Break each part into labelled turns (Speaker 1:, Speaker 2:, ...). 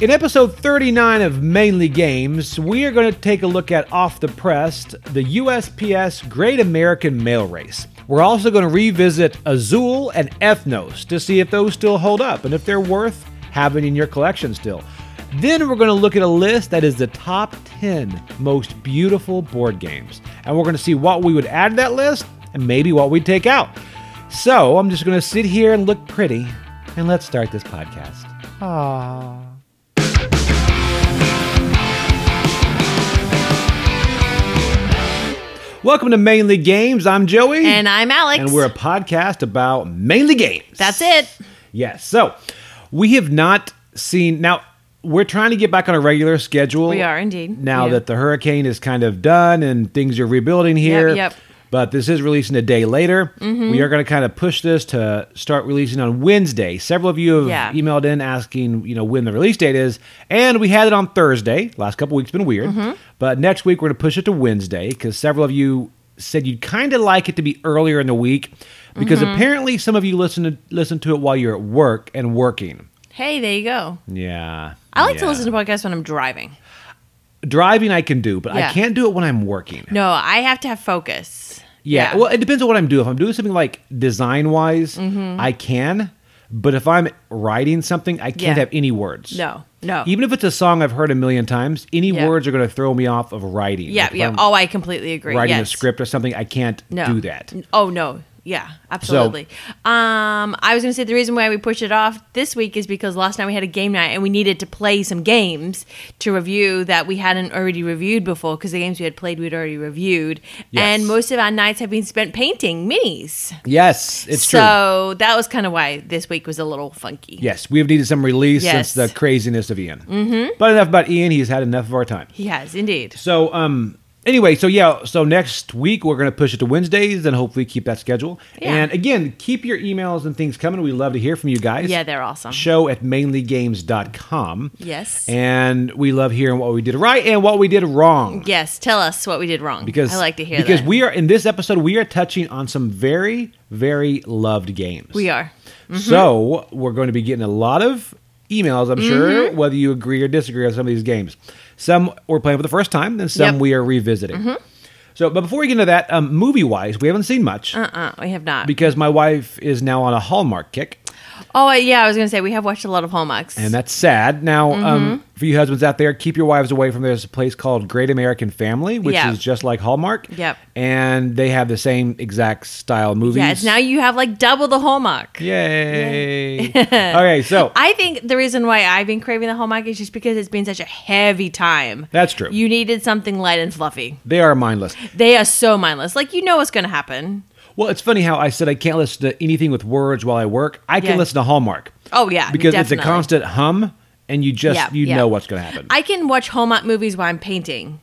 Speaker 1: In episode 39 of Mainly Games, we are going to take a look at Off the Press, the USPS Great American Mail Race. We're also going to revisit Azul and Ethnos to see if those still hold up and if they're worth having in your collection still. Then we're going to look at a list that is the top 10 most beautiful board games. And we're going to see what we would add to that list and maybe what we'd take out. So I'm just going to sit here and look pretty and let's start this podcast. Aww. Welcome to Mainly Games. I'm Joey.
Speaker 2: And I'm Alex.
Speaker 1: And we're a podcast about mainly games.
Speaker 2: That's it.
Speaker 1: Yes. So we have not seen now. We're trying to get back on a regular schedule.
Speaker 2: We are indeed.
Speaker 1: Now
Speaker 2: Yeah.
Speaker 1: that the hurricane is kind of done and things are rebuilding here.
Speaker 2: yep.
Speaker 1: But this is releasing a day later.
Speaker 2: Mm-hmm.
Speaker 1: We are going to kind of push this to start releasing on Wednesday. Several of you have
Speaker 2: Yeah.
Speaker 1: emailed in asking, you know, when the release date is, and we had it on Thursday. Last couple weeks been weird,
Speaker 2: Mm-hmm.
Speaker 1: but next week we're going to push it to Wednesday because several of you said you'd kind of like it to be earlier in the week because
Speaker 2: Mm-hmm.
Speaker 1: apparently some of you listen to listen to it while you're at work and working.
Speaker 2: Hey, there you go.
Speaker 1: Yeah,
Speaker 2: I like to
Speaker 1: yeah.
Speaker 2: listen to podcasts when I'm driving.
Speaker 1: driving. I can do, but I
Speaker 2: Yeah.
Speaker 1: can't do it when I'm working.
Speaker 2: No, I have to have focus.
Speaker 1: Yeah. Well, it depends on what I'm doing. If I'm doing something like design wise,
Speaker 2: Mm-hmm.
Speaker 1: I can. But if I'm writing something, I can't
Speaker 2: Yeah.
Speaker 1: have any words.
Speaker 2: no, no.
Speaker 1: Even if it's a song I've heard a million times, any
Speaker 2: Yeah.
Speaker 1: words are going to throw me off of writing.
Speaker 2: yeah,
Speaker 1: Like, if
Speaker 2: yeah.
Speaker 1: I'm
Speaker 2: Oh, I completely agree.
Speaker 1: writing
Speaker 2: Yes.
Speaker 1: a script or something, I can't
Speaker 2: No.
Speaker 1: do that.
Speaker 2: N- Oh no. Yeah, absolutely. um, I was going to say the reason why we pushed it off this week is because last night we had a game night and we needed to play some games to review that we hadn't already reviewed before because the games we had played we'd already reviewed.
Speaker 1: Yes.
Speaker 2: And most of our nights have been spent painting minis.
Speaker 1: Yes, it's true.
Speaker 2: so that was kind of why this week was a little funky.
Speaker 1: Yes, we've needed some release
Speaker 2: Yes.
Speaker 1: since the craziness of Ian. Mm-hmm. But enough about Ian. He's had enough of our time.
Speaker 2: He has indeed.
Speaker 1: So, um, anyway, so yeah, so next week we're going to push it to Wednesdays and hopefully keep that schedule.
Speaker 2: Yeah.
Speaker 1: And again, keep your emails and things coming. We love to hear from you guys.
Speaker 2: Yeah, they're awesome.
Speaker 1: Show at mainlygames.com.
Speaker 2: Yes.
Speaker 1: And we love hearing what we did right and what we did wrong.
Speaker 2: Yes, tell us what we did wrong.
Speaker 1: Because
Speaker 2: I like to hear
Speaker 1: Because
Speaker 2: that.
Speaker 1: we are, in this episode, we are touching on some very, very loved games.
Speaker 2: we are.
Speaker 1: Mm-hmm. So we're going to be getting a lot of emails, I'm
Speaker 2: Mm-hmm.
Speaker 1: sure, whether you agree or disagree on some of these games. Some we're playing for the first time, and some
Speaker 2: Yep. Mm-hmm.
Speaker 1: we are revisiting. So, but before we get into that, um, movie wise, we haven't seen much
Speaker 2: Uh, we have not.
Speaker 1: because my wife is now on a Hallmark kick,
Speaker 2: oh, yeah, I was going to say we have watched a lot of Hallmarks.
Speaker 1: and that's sad. Now,
Speaker 2: Mm-hmm.
Speaker 1: um, for you husbands out there, keep your wives away from there's a place called Great American Family, which
Speaker 2: Yeah.
Speaker 1: is just like Hallmark.
Speaker 2: Yep.
Speaker 1: And they have the same exact style movies.
Speaker 2: yeah, it's now you have like double the Hallmark.
Speaker 1: Yay. okay, so
Speaker 2: I think the reason why I've been craving the Hallmark is just because it's been such a heavy time.
Speaker 1: That's true.
Speaker 2: You needed something light and fluffy.
Speaker 1: they are mindless.
Speaker 2: They are so mindless. Like, you know what's going to happen.
Speaker 1: Well, it's funny how I said I can't listen to anything with words while I work. I can
Speaker 2: Yeah.
Speaker 1: listen to Hallmark.
Speaker 2: Oh, yeah,
Speaker 1: because it's a
Speaker 2: definitely.
Speaker 1: constant hum, and you just
Speaker 2: Yeah,
Speaker 1: you
Speaker 2: yeah.
Speaker 1: know what's going to happen.
Speaker 2: I can watch Hallmark movies while I'm painting.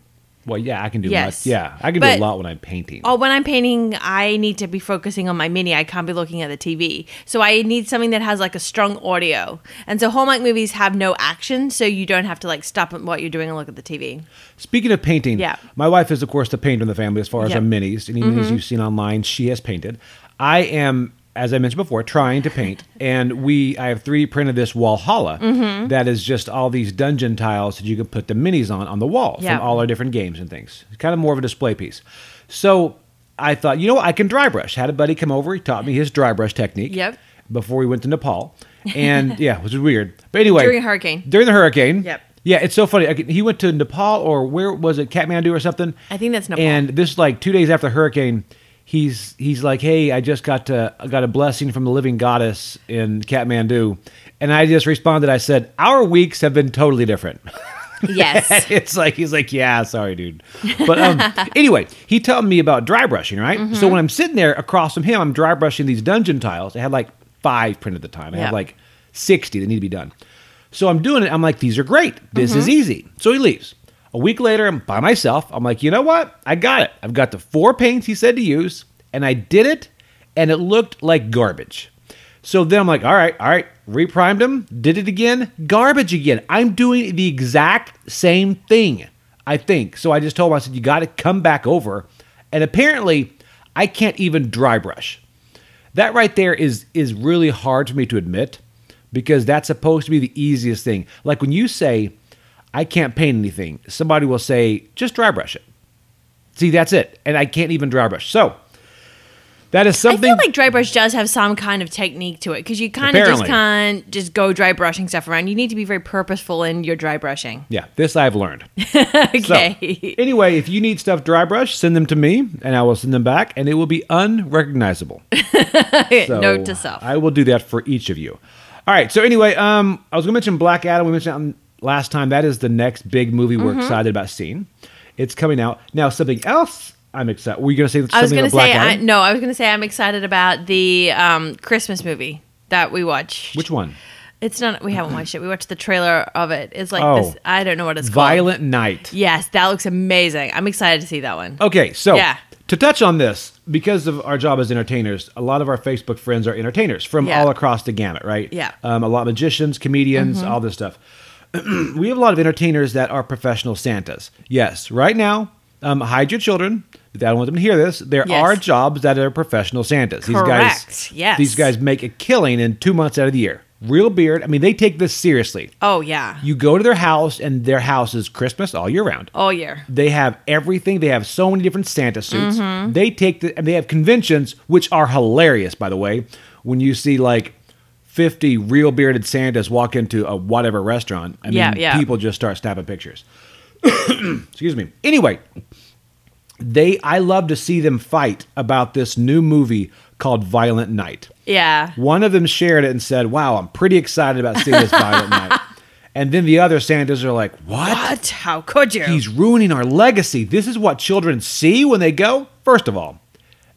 Speaker 1: well, yeah, I can do
Speaker 2: Yes.
Speaker 1: much. Yeah, I can do
Speaker 2: But-
Speaker 1: a lot when I'm painting.
Speaker 2: Oh, when I'm painting, I need to be focusing on my mini. I can't be looking at the TV. So I need something that has like a strong audio. And so Hallmark movies have no action, so you don't have to like stop at what you're doing and look at the TV.
Speaker 1: Speaking of painting,
Speaker 2: Yeah. Mm-hmm.
Speaker 1: my wife is of course the painter in the family as far as
Speaker 2: Yeah.
Speaker 1: our minis. Any minis you've seen online, she has painted. I am, as I mentioned before, trying to paint, and we I have 3D printed this Walhalla
Speaker 2: Mm-hmm.
Speaker 1: that is just all these dungeon tiles that you can put the minis on on the wall
Speaker 2: Yeah.
Speaker 1: from all our different games and things. It's kind of more of a display piece. So I thought, you know what, I can dry brush. Had a buddy come over, he taught me his dry brush technique.
Speaker 2: Yep.
Speaker 1: Before we went to Nepal, and yeah, which is weird. But anyway,
Speaker 2: During a hurricane.
Speaker 1: During the hurricane.
Speaker 2: Yep.
Speaker 1: Yeah, it's so funny. I could- He went to Nepal or where was it, Kathmandu or something.
Speaker 2: I think that's Nepal.
Speaker 1: And this like two days after the hurricane, he's he's like, "Hey, I just got to I got a blessing from the living goddess in Kathmandu," and I just responded. I said, "Our weeks have been totally different."
Speaker 2: Yes.
Speaker 1: it's like he's like, yeah, sorry, dude. But um, anyway, he told me about dry brushing, right?
Speaker 2: Mm-hmm.
Speaker 1: So when I'm sitting there across from him, I'm dry brushing these dungeon tiles. I had like five printed at the time. I
Speaker 2: Yeah.
Speaker 1: had like sixty that need to be done. So I'm doing it. I'm like, these are great. This is easy. So he leaves. A week later, I'm by myself. I'm like, you know what? I got it. I've got the four paints he said to use, and I did it, and it looked like garbage. So then I'm like, all right, all right, reprimed him, did it again, garbage again. I'm doing the exact same thing, I think. So I just told him, I said, you got to come back over. And apparently, I can't even dry brush. That right there is is really hard for me to admit because that's supposed to be the easiest thing. Like when you say, I can't paint anything, somebody will say, just dry brush it. See, that's it. And I can't even dry brush. So that is
Speaker 2: I
Speaker 1: something.
Speaker 2: feel like dry brush does have some kind of technique to it because you kind of just
Speaker 1: Apparently.
Speaker 2: can't just go dry brushing stuff around. You need to be very purposeful in your dry brushing.
Speaker 1: yeah, this I've learned. So,
Speaker 2: Okay.
Speaker 1: anyway, if you need stuff dry brush, send them to me and I will send them back and it will be unrecognizable. So
Speaker 2: Note to self.
Speaker 1: I will do that for each of you. All right. So anyway, um, I was going to mention Black Adam. We mentioned it last time. That is the next big movie
Speaker 2: Mm-hmm.
Speaker 1: we're excited about seeing. It's coming out now. Something else I'm excited. Were you going to say something
Speaker 2: I was
Speaker 1: about
Speaker 2: gonna
Speaker 1: Black
Speaker 2: say I,
Speaker 1: Adam?
Speaker 2: no. I was gonna say I'm excited about the um, Christmas movie that we watched.
Speaker 1: Which one?
Speaker 2: It's not. We haven't watched it. We watched the trailer of it. It's like
Speaker 1: Oh.
Speaker 2: this. I don't know what it's called.
Speaker 1: Violent Night.
Speaker 2: Yes, that looks amazing. I'm excited to see that one.
Speaker 1: Okay, so
Speaker 2: Yeah.
Speaker 1: to touch on this, because of our job as entertainers, a lot of our Facebook friends are entertainers from
Speaker 2: Yeah.
Speaker 1: all across the gamut, right?
Speaker 2: Yeah. Mm-hmm.
Speaker 1: Um, a lot of magicians, comedians, all this stuff. we have a lot of entertainers that are professional Santas. Yes, right now, um, hide your children. I don't want them to hear this. There
Speaker 2: Yes.
Speaker 1: are jobs that are professional Santas. These guys,
Speaker 2: Correct, yes.
Speaker 1: These guys make a killing in two months out of the year. Real beard. I mean, they take this seriously.
Speaker 2: Oh yeah.
Speaker 1: You go to their house, and their house is Christmas all year round.
Speaker 2: All year.
Speaker 1: They have everything. They have so many different Santa suits. They take the and they have conventions which are hilarious, by the way. When you see like fifty real bearded Santas walk into a whatever restaurant, I mean,
Speaker 2: Yeah, yeah.
Speaker 1: people just start snapping pictures. Excuse me. Anyway, they I love to see them fight about this new movie called Violent Night.
Speaker 2: Yeah.
Speaker 1: One of them shared it and said, "Wow, I'm pretty excited about seeing this Violent Night." And then the other Santas are like, "What?"
Speaker 2: What? How could you?
Speaker 1: He's ruining our legacy. This is what children see when they go. First of all,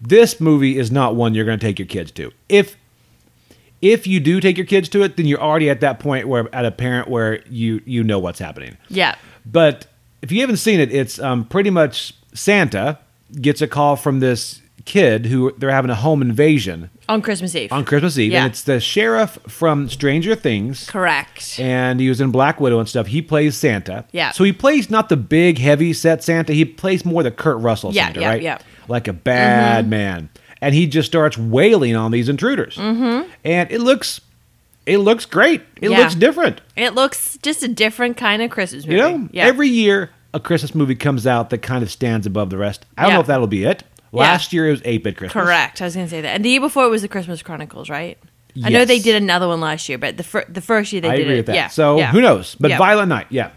Speaker 1: this movie is not one you're going to take your kids to. If if you do take your kids to it, then you're already at that point where at a parent where you you know what's happening.
Speaker 2: yeah.
Speaker 1: But if you haven't seen it, it's um, pretty much Santa gets a call from this kid who they're having a home invasion
Speaker 2: On Christmas Eve.
Speaker 1: on Christmas Eve,
Speaker 2: Yeah.
Speaker 1: and it's the sheriff from Stranger Things
Speaker 2: Correct.
Speaker 1: and he was in Black Widow and stuff. He plays Santa.
Speaker 2: Yeah.
Speaker 1: So he plays not the big heavy set Santa. He plays more the Kurt Russell
Speaker 2: Yeah,
Speaker 1: Santa,
Speaker 2: yeah,
Speaker 1: right?
Speaker 2: yeah. Mm-hmm.
Speaker 1: Like a bad man. And he just starts wailing on these intruders. Mm-hmm. And it looks it looks great. It
Speaker 2: Yeah.
Speaker 1: looks different.
Speaker 2: it looks just a different kind of Christmas movie.
Speaker 1: You know?
Speaker 2: yeah.
Speaker 1: Every year a Christmas movie comes out that kind of stands above the rest. I don't
Speaker 2: Yeah.
Speaker 1: know if that'll be it. Last year it was Ape at Christmas.
Speaker 2: Correct. I was going to say that. And the year before it was the Christmas Chronicles, right? I know they
Speaker 1: Yes.
Speaker 2: did another one last year, but the fir- the first year they
Speaker 1: I
Speaker 2: did
Speaker 1: agree
Speaker 2: it.
Speaker 1: with that.
Speaker 2: Yeah.
Speaker 1: So
Speaker 2: yeah.
Speaker 1: who knows? But
Speaker 2: Yeah.
Speaker 1: Violent Night, yeah.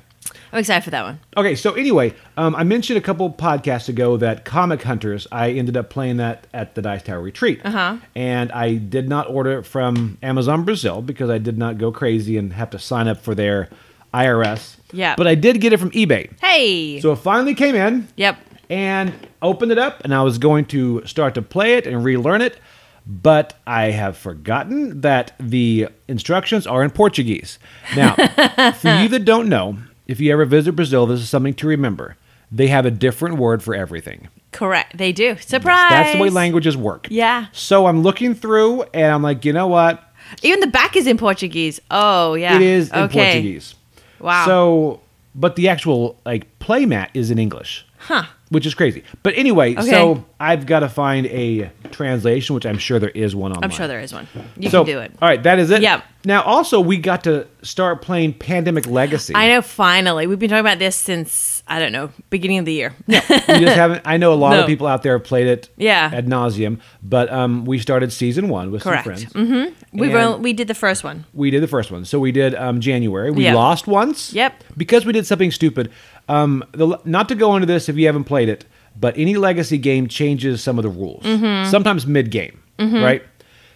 Speaker 2: I'm excited for that one.
Speaker 1: Okay, so anyway, um, I mentioned a couple podcasts ago that Comic Hunters, I ended up playing that at the Dice Tower Retreat.
Speaker 2: Uh-huh.
Speaker 1: And I did not order it from Amazon Brazil because I did not go crazy and have to sign up for their IRS.
Speaker 2: Yeah.
Speaker 1: But I did get it from eBay.
Speaker 2: Hey.
Speaker 1: So it finally came in
Speaker 2: yep.
Speaker 1: and opened it up, and I was going to start to play it and relearn it, but I have forgotten that the instructions are in Portuguese. Now, for you that don't know, if you ever visit Brazil, this is something to remember. They have a different word for everything.
Speaker 2: Correct. They do. Surprise.
Speaker 1: That's the way languages work.
Speaker 2: Yeah.
Speaker 1: So I'm looking through, and I'm like, you know what?
Speaker 2: Even the back is in Portuguese. Oh, yeah.
Speaker 1: It is in
Speaker 2: Okay.
Speaker 1: Portuguese.
Speaker 2: Wow.
Speaker 1: So, but the actual like playmat is in English.
Speaker 2: Huh.
Speaker 1: Which is crazy. But anyway,
Speaker 2: Okay.
Speaker 1: so I've got to find a translation, which I'm sure there is one online.
Speaker 2: I'm sure there is one. You
Speaker 1: So,
Speaker 2: can do it.
Speaker 1: All right, that is it.
Speaker 2: Yep.
Speaker 1: Now, also, we got to start playing Pandemic Legacy.
Speaker 2: I know finally. We've been talking about this since, I don't know, beginning of the year.
Speaker 1: we just haven't. I know a lot
Speaker 2: No.
Speaker 1: of people out there have played it.
Speaker 2: Yeah.
Speaker 1: Ad nauseum, but um, we started season one with
Speaker 2: Correct. Mm-hmm.
Speaker 1: some friends.
Speaker 2: we
Speaker 1: And-
Speaker 2: were, we did the first one.
Speaker 1: We did the first one. So we did um, January. We
Speaker 2: Yeah.
Speaker 1: lost once.
Speaker 2: Yep.
Speaker 1: Because we did something stupid. Um, the, not to go into this if you haven't played it, but any legacy game changes some of the rules. Sometimes mid game, right?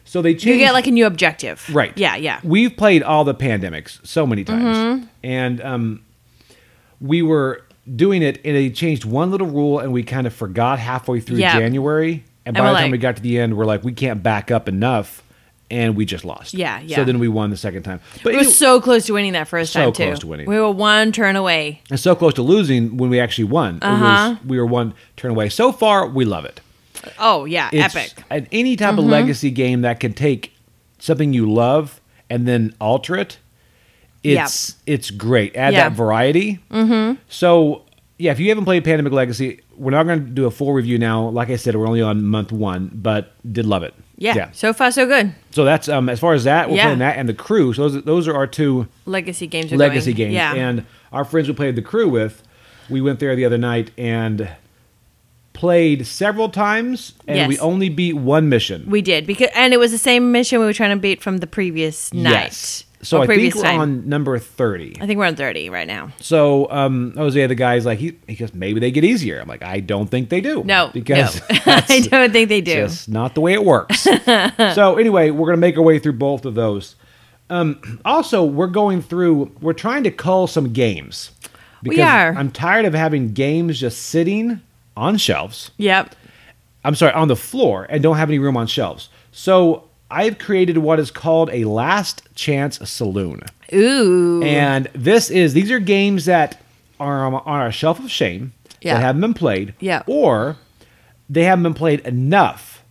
Speaker 1: So they change.
Speaker 2: Mm-hmm. You get like a new objective.
Speaker 1: right.
Speaker 2: Yeah, yeah. Mm-hmm.
Speaker 1: We've played all the pandemics so many times, and um, we were doing it, and they changed one little rule, and we kind of forgot halfway through
Speaker 2: Yeah.
Speaker 1: January. And
Speaker 2: And
Speaker 1: by
Speaker 2: we're
Speaker 1: the time
Speaker 2: like-
Speaker 1: we got to the end, we're like, we can't back up enough, and we just lost.
Speaker 2: Yeah, yeah.
Speaker 1: So then we won the second time. But
Speaker 2: We
Speaker 1: anyway-
Speaker 2: were so close to winning that first
Speaker 1: So
Speaker 2: time too.
Speaker 1: close to winning.
Speaker 2: We were one turn away.
Speaker 1: and so close to losing when we actually won. It was-
Speaker 2: Uh-huh.
Speaker 1: we were one turn away. So far, we love it.
Speaker 2: Oh yeah,
Speaker 1: It's
Speaker 2: epic. Mm-hmm.
Speaker 1: An, any type of legacy game that can take something you love and then alter it,
Speaker 2: Yep.
Speaker 1: it's it's great. Add
Speaker 2: Yeah.
Speaker 1: that variety. Mm-hmm. So yeah, if you haven't played Pandemic Legacy, we're not going to do a full review now. Like I said, we're only on month one, but did love it.
Speaker 2: Yeah. So far, so good.
Speaker 1: So that's um, as far as that, we're
Speaker 2: Yeah.
Speaker 1: playing that and the crew. So those those are our two
Speaker 2: Legacy games are
Speaker 1: legacy
Speaker 2: going.
Speaker 1: games.
Speaker 2: Yeah.
Speaker 1: And our friends we played the crew with, we went there the other night and played several times, and
Speaker 2: Yes.
Speaker 1: we only beat one mission.
Speaker 2: we did because, and it was the same mission we were trying to beat from the previous night.
Speaker 1: Yes. So I
Speaker 2: or
Speaker 1: think
Speaker 2: previous
Speaker 1: we're
Speaker 2: time.
Speaker 1: on number thirty.
Speaker 2: I think we're on thirty right now.
Speaker 1: So um, Jose, the guy's like, he, he goes, maybe they get easier. I'm like, I don't think they do.
Speaker 2: No,
Speaker 1: because
Speaker 2: no.
Speaker 1: that's
Speaker 2: I don't think they do.
Speaker 1: just not the way it works. so anyway, we're gonna make our way through both of those. Um, also, we're going through. We're trying to cull some games. Because
Speaker 2: are.
Speaker 1: I'm tired of having games just sitting on shelves.
Speaker 2: Yep.
Speaker 1: I'm sorry, on the floor and don't have any room on shelves. So I've created what is called a last chance saloon.
Speaker 2: Ooh.
Speaker 1: And this is these are games that are on, on our shelf of shame
Speaker 2: Yeah.
Speaker 1: that haven't been played,
Speaker 2: Yeah.
Speaker 1: or they haven't been played enough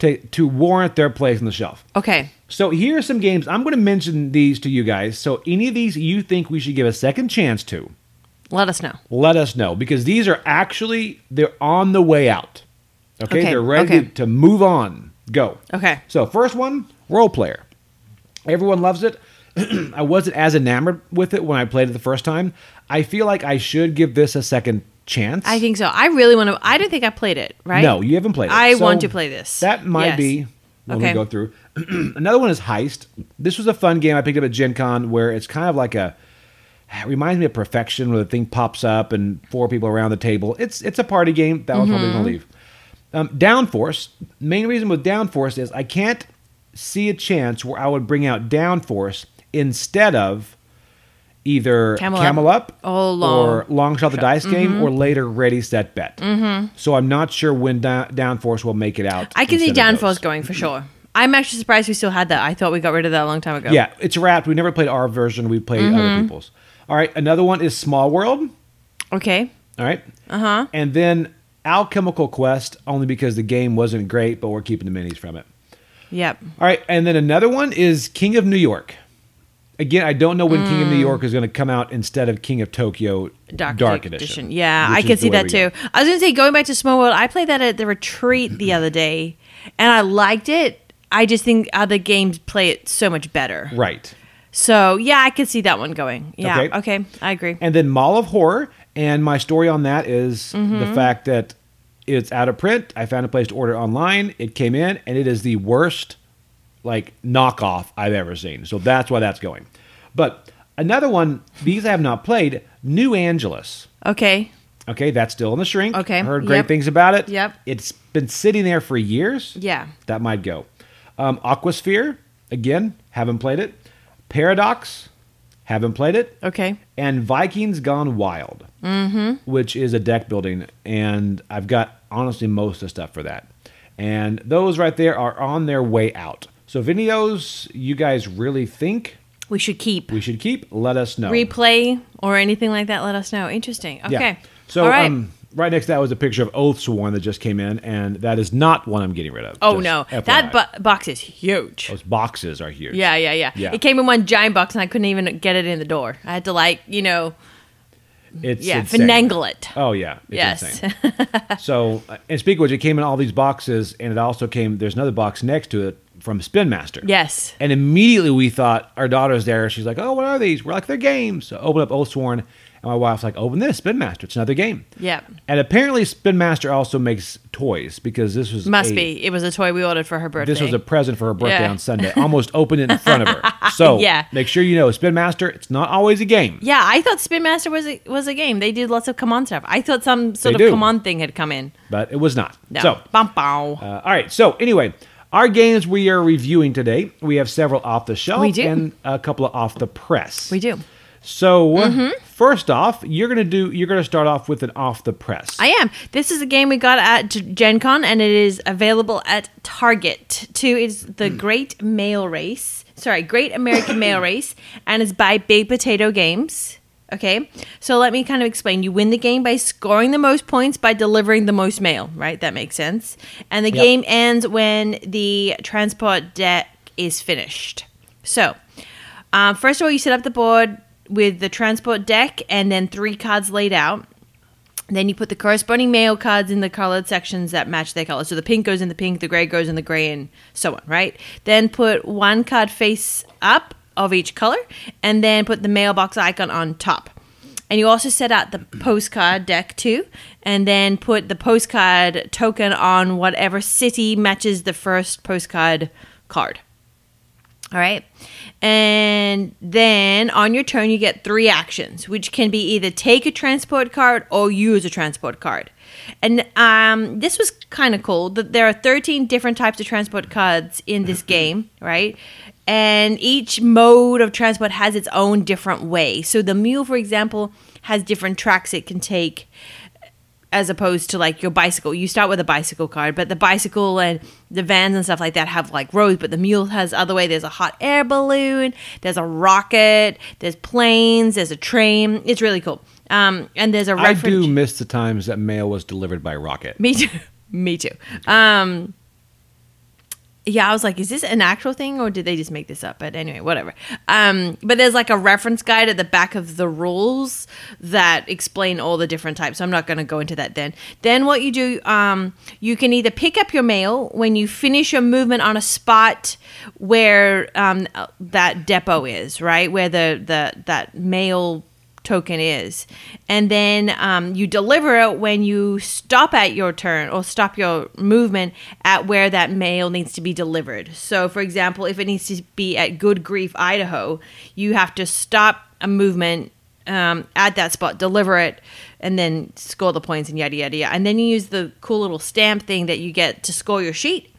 Speaker 1: to to warrant their place on the shelf.
Speaker 2: okay.
Speaker 1: So here are some games I'm going to mention these to you guys. So any of these you think we should give a second chance to,
Speaker 2: Let us know.
Speaker 1: let us know because these are actually they're on the way out. Okay,
Speaker 2: Okay,
Speaker 1: they're ready
Speaker 2: okay.
Speaker 1: to, to move on. Go.
Speaker 2: Okay.
Speaker 1: So first one, role player. Everyone loves it. I wasn't as enamored with it when I played it the first time. I feel like I should give this a second chance.
Speaker 2: I think so. I really want to. I don't think I played it. Right.
Speaker 1: No, you haven't played it.
Speaker 2: I
Speaker 1: So
Speaker 2: want to play this.
Speaker 1: That might
Speaker 2: Yes.
Speaker 1: be when we
Speaker 2: Okay.
Speaker 1: go through. Another one is Heist. This was a fun game I picked up at Gen Con where it's kind of like a it reminds me of Perfection where the thing pops up and four people around the table. It's it's a party game. That one's
Speaker 2: Mm-hmm.
Speaker 1: probably gonna leave. Um, downforce. Main reason with downforce is I can't see a chance where I would bring out downforce instead of either
Speaker 2: Camel
Speaker 1: camel,
Speaker 2: Up.
Speaker 1: up,
Speaker 2: Oh, long
Speaker 1: or long shot the dice
Speaker 2: Mm-hmm.
Speaker 1: game or later ready set bet. Mm-hmm. So I'm not sure when da- downforce will make it out.
Speaker 2: I can see
Speaker 1: instead of
Speaker 2: downfalls
Speaker 1: those.
Speaker 2: going for sure. I'm actually surprised we still had that. I thought we got rid of that a long time ago.
Speaker 1: Yeah, it's wrapped. We never played our version. We played
Speaker 2: Mm-hmm.
Speaker 1: other people's. All right, another one is Small World.
Speaker 2: Okay.
Speaker 1: All right. Uh
Speaker 2: Uh-huh.
Speaker 1: huh. And then Alchemical Quest, only because the game wasn't great, but we're keeping the minis from it.
Speaker 2: Yep.
Speaker 1: All right, and then another one is King of New York. Again, I don't know when King
Speaker 2: Mm.
Speaker 1: of New York is going to come out instead of King of Tokyo Dark, Edition.
Speaker 2: Yeah,
Speaker 1: which
Speaker 2: I
Speaker 1: is
Speaker 2: can
Speaker 1: the
Speaker 2: see
Speaker 1: way
Speaker 2: that
Speaker 1: we go.
Speaker 2: too. I was gonna say going back to Small World, I played that at the retreat the other day, and I liked it. I just think other games play it so much better.
Speaker 1: Right.
Speaker 2: So yeah, I could see that one going. Yeah. Okay,
Speaker 1: Okay.
Speaker 2: I agree.
Speaker 1: And then Mall of Horror, and my story on that is
Speaker 2: Mm-hmm.
Speaker 1: the fact that it's out of print. I found a place to order it online. It came in, and it is the worst like knockoff I've ever seen. So that's why that's going. But another one, these I have not played, New Angeles.
Speaker 2: Okay.
Speaker 1: Okay, that's still in the shrink.
Speaker 2: Okay,
Speaker 1: Heard great
Speaker 2: yep.
Speaker 1: things about it.
Speaker 2: Yep.
Speaker 1: It's been sitting there for years.
Speaker 2: Yeah.
Speaker 1: That might go. Um, Aquasphere, again, haven't played it. Paradox, haven't played it.
Speaker 2: Okay.
Speaker 1: And Vikings Gone Wild, mm-hmm. which is a deck building. And I've got honestly most of the stuff for that. And those right there are on their way out. So if any of those you guys really think
Speaker 2: We should keep
Speaker 1: we should keep, let us know.
Speaker 2: replay or anything like that. Let us know. Interesting. Okay.
Speaker 1: So
Speaker 2: All right.
Speaker 1: um, right next to that was a picture of Oathsworn that just came in, and that is not one I'm getting rid of.
Speaker 2: oh
Speaker 1: Just
Speaker 2: no,
Speaker 1: FYI.
Speaker 2: that bo- box is huge.
Speaker 1: those boxes are huge.
Speaker 2: Yeah, yeah, yeah,
Speaker 1: Oh, Yeah.
Speaker 2: It came in one giant box, and I couldn't even get it in the door. I had to like, you know,
Speaker 1: it's
Speaker 2: yeah,
Speaker 1: insane.
Speaker 2: finagle it.
Speaker 1: Oh yeah, it's
Speaker 2: yes.
Speaker 1: insane. so uh, and speak of which, it came in all these boxes, and it also came. There's another box next to it from Spin Master.
Speaker 2: yes.
Speaker 1: And immediately we thought our daughter's there. She's like, "Oh, what are these?" We're like, "They're games." So open up Oathsworn, and my wife's like, "Open this, Spin Master. It's another game."
Speaker 2: Yep.
Speaker 1: And apparently, Spin Master also makes toys because this was
Speaker 2: Must
Speaker 1: a-
Speaker 2: be. It was a toy we ordered for her birthday.
Speaker 1: This was a present for her birthday
Speaker 2: Yeah.
Speaker 1: on Sunday. Almost opened it in front of her. So
Speaker 2: Yeah.
Speaker 1: make sure you know, Spin Master, it's not always a game.
Speaker 2: yeah, I thought Spin Master was a, was a game. They did lots of come on stuff. I thought some sort
Speaker 1: They
Speaker 2: of
Speaker 1: do.
Speaker 2: come on thing had come in.
Speaker 1: But it was not.
Speaker 2: No.
Speaker 1: So,
Speaker 2: Bum, bow.
Speaker 1: uh, all right. So anyway, our games we are reviewing today. We have several off the shelf
Speaker 2: We do.
Speaker 1: and a couple of off the press.
Speaker 2: we do. Mm-hmm.
Speaker 1: So uh, first off, you're gonna do. You're gonna start off with an off the press.
Speaker 2: I am. This is a game we got at G- Gen Con and it is available at Target. Two is The Great Mail Race. Sorry, Great American Mail Race and it's by Big Potato Games. Okay, so let me kind of explain. You win the game by scoring the most points by delivering the most mail, right? That makes sense. And the
Speaker 1: Yep.
Speaker 2: game ends when the transport deck is finished. So, uh, um, first of all, you set up the board with the transport deck and then three cards laid out Then you put the corresponding mail cards in the colored sections that match their color. So the pink goes in the pink, the gray goes in the gray, and so on, right? Then put one card face up of each color, and then put the mailbox icon on top. And you also set out the postcard deck too, and then put the postcard token on whatever city matches the first postcard card. All right. And then on your turn, you get three actions, which can be either take a transport card or use a transport card. And um, this was kind of cool that there are 13 different types of transport cards in this game, right? And each mode of transport has its own different way. So the mule, for example, has different tracks it can take as opposed to like your bicycle. You start with a bicycle card, but the bicycle and the vans and stuff like that have like roads, but the mule has other way. There's a hot air balloon, there's a rocket, there's planes, there's a train. It's really cool. Um, and there's a
Speaker 1: I
Speaker 2: reference.
Speaker 1: do miss the times that mail was delivered by rocket.
Speaker 2: Me too. Me too. Um, yeah, I was like, is this an actual thing or did they just make this up? But anyway, whatever. Um, but there's like a reference guide at the back of the rules that explain all the different types. So I'm not going to go into that then. Then what you do, um, you can either pick up your mail when you finish your movement on a spot where um, that depot is, right? Where the, the that mail token is. And then um, you deliver it when you stop at your turn or stop your movement at where that mail needs to be delivered. So, for example, if it needs to be at Good Grief, Idaho, you have to stop a movement um, at that spot, deliver it, and then score the points and yada, yada, yada. And then you use the cool little stamp thing that you get to score your sheet.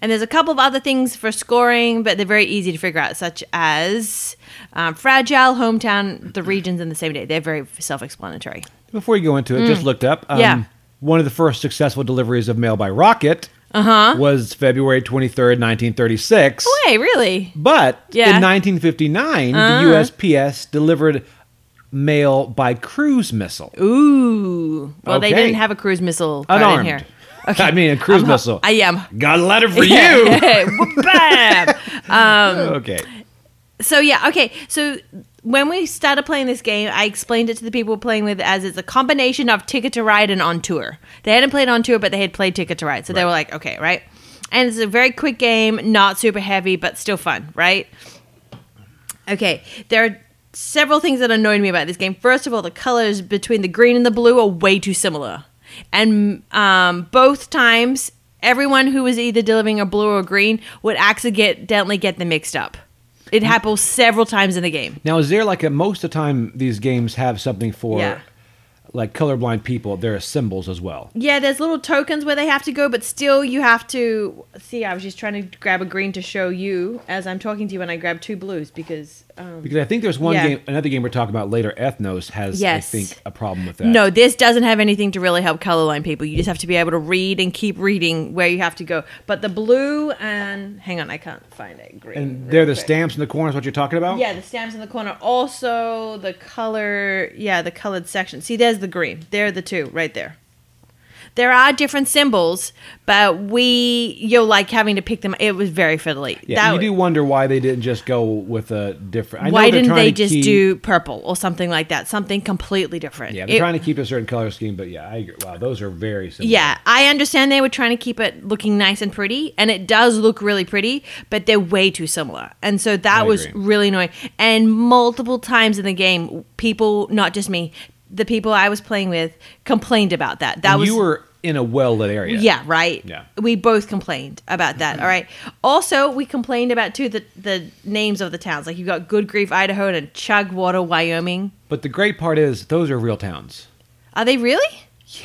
Speaker 2: And there's a couple of other things for scoring, but they're very easy to figure out, such as um, fragile, hometown, the regions, and the same day. They're very self-explanatory.
Speaker 1: Before you go into it, just looked up. Um,
Speaker 2: Mm. Yeah.
Speaker 1: One of the first successful deliveries of mail by rocket
Speaker 2: Uh-huh.
Speaker 1: was February 23rd, 1936.
Speaker 2: Hey, really?
Speaker 1: But
Speaker 2: Oh, Yeah. Uh-huh.
Speaker 1: in 1959, the USPS delivered mail by cruise missile.
Speaker 2: Ooh. Well, they
Speaker 1: Okay.
Speaker 2: didn't have a cruise missile card
Speaker 1: Unarmed.
Speaker 2: in here.
Speaker 1: I mean, a cruise
Speaker 2: I'm ho-
Speaker 1: missile.
Speaker 2: I am.
Speaker 1: Got a letter for you.
Speaker 2: Bam.
Speaker 1: okay.
Speaker 2: So yeah, okay. So when we started playing this game, I explained it to the people we're playing with as it's a combination of Ticket to Ride and On Tour. They hadn't played On Tour, but they had played Ticket to Ride, so they were like, okay, right. And it's a very quick game, not super heavy, but still fun, right? Okay, there are several things that annoyed me about this game. First of all, the colors between the green and the blue are way too similar. And um, both times, everyone who was either delivering a blue or green would accidentally get them mixed up. It happens several times in the game.
Speaker 1: Now, is there like a, most of the time these games have something for
Speaker 2: Yeah.
Speaker 1: like colorblind people? There are symbols as well.
Speaker 2: Yeah, there's little tokens where they have to go, but still you have to see. I was just trying to grab a green to show you as I'm talking to you, and I grabbed two blues because um,
Speaker 1: Because I think there's one
Speaker 2: Yeah.
Speaker 1: game, another game we're talking about later, Ethnos, has,
Speaker 2: Yes.
Speaker 1: I think, a problem with that.
Speaker 2: No, this doesn't have anything to really help colorblind people. You just have to be able to read and keep reading where you have to go. But the blue and hang on, I can't find it. Green.
Speaker 1: And
Speaker 2: real
Speaker 1: they're the
Speaker 2: quick.
Speaker 1: stamps in the corners, what you're talking about?
Speaker 2: Yeah, the stamps in the corner. Also, the color. Yeah, the colored section. See, there's the green. There are the two right there. There are different symbols, but we you're like having to pick them. It was very fiddly.
Speaker 1: Yeah,
Speaker 2: That-
Speaker 1: you do wonder why they didn't just go with a different. I know
Speaker 2: why
Speaker 1: they're
Speaker 2: didn't
Speaker 1: trying
Speaker 2: they
Speaker 1: to
Speaker 2: just
Speaker 1: keep-
Speaker 2: do purple or something like that? Something completely different.
Speaker 1: Yeah, they're
Speaker 2: It-
Speaker 1: trying to keep a certain color scheme, but yeah, I agree. Wow, those are very similar.
Speaker 2: Yeah, I understand they were trying to keep it looking nice and pretty, and it does look really pretty, but they're way too similar. And so that
Speaker 1: I
Speaker 2: was
Speaker 1: agree.
Speaker 2: really annoying. And multiple times in the game, people, not just me, the people I was playing with complained about that. That
Speaker 1: And
Speaker 2: was
Speaker 1: you were in a well lit area.
Speaker 2: yeah, right.
Speaker 1: Yeah. Mm-hmm.
Speaker 2: We both complained about that. All right. Also, we complained about too the the names of the towns. Like you got Good Grief, Idaho, and Chugwater, Wyoming.
Speaker 1: But the great part is those are real towns.
Speaker 2: Are they really?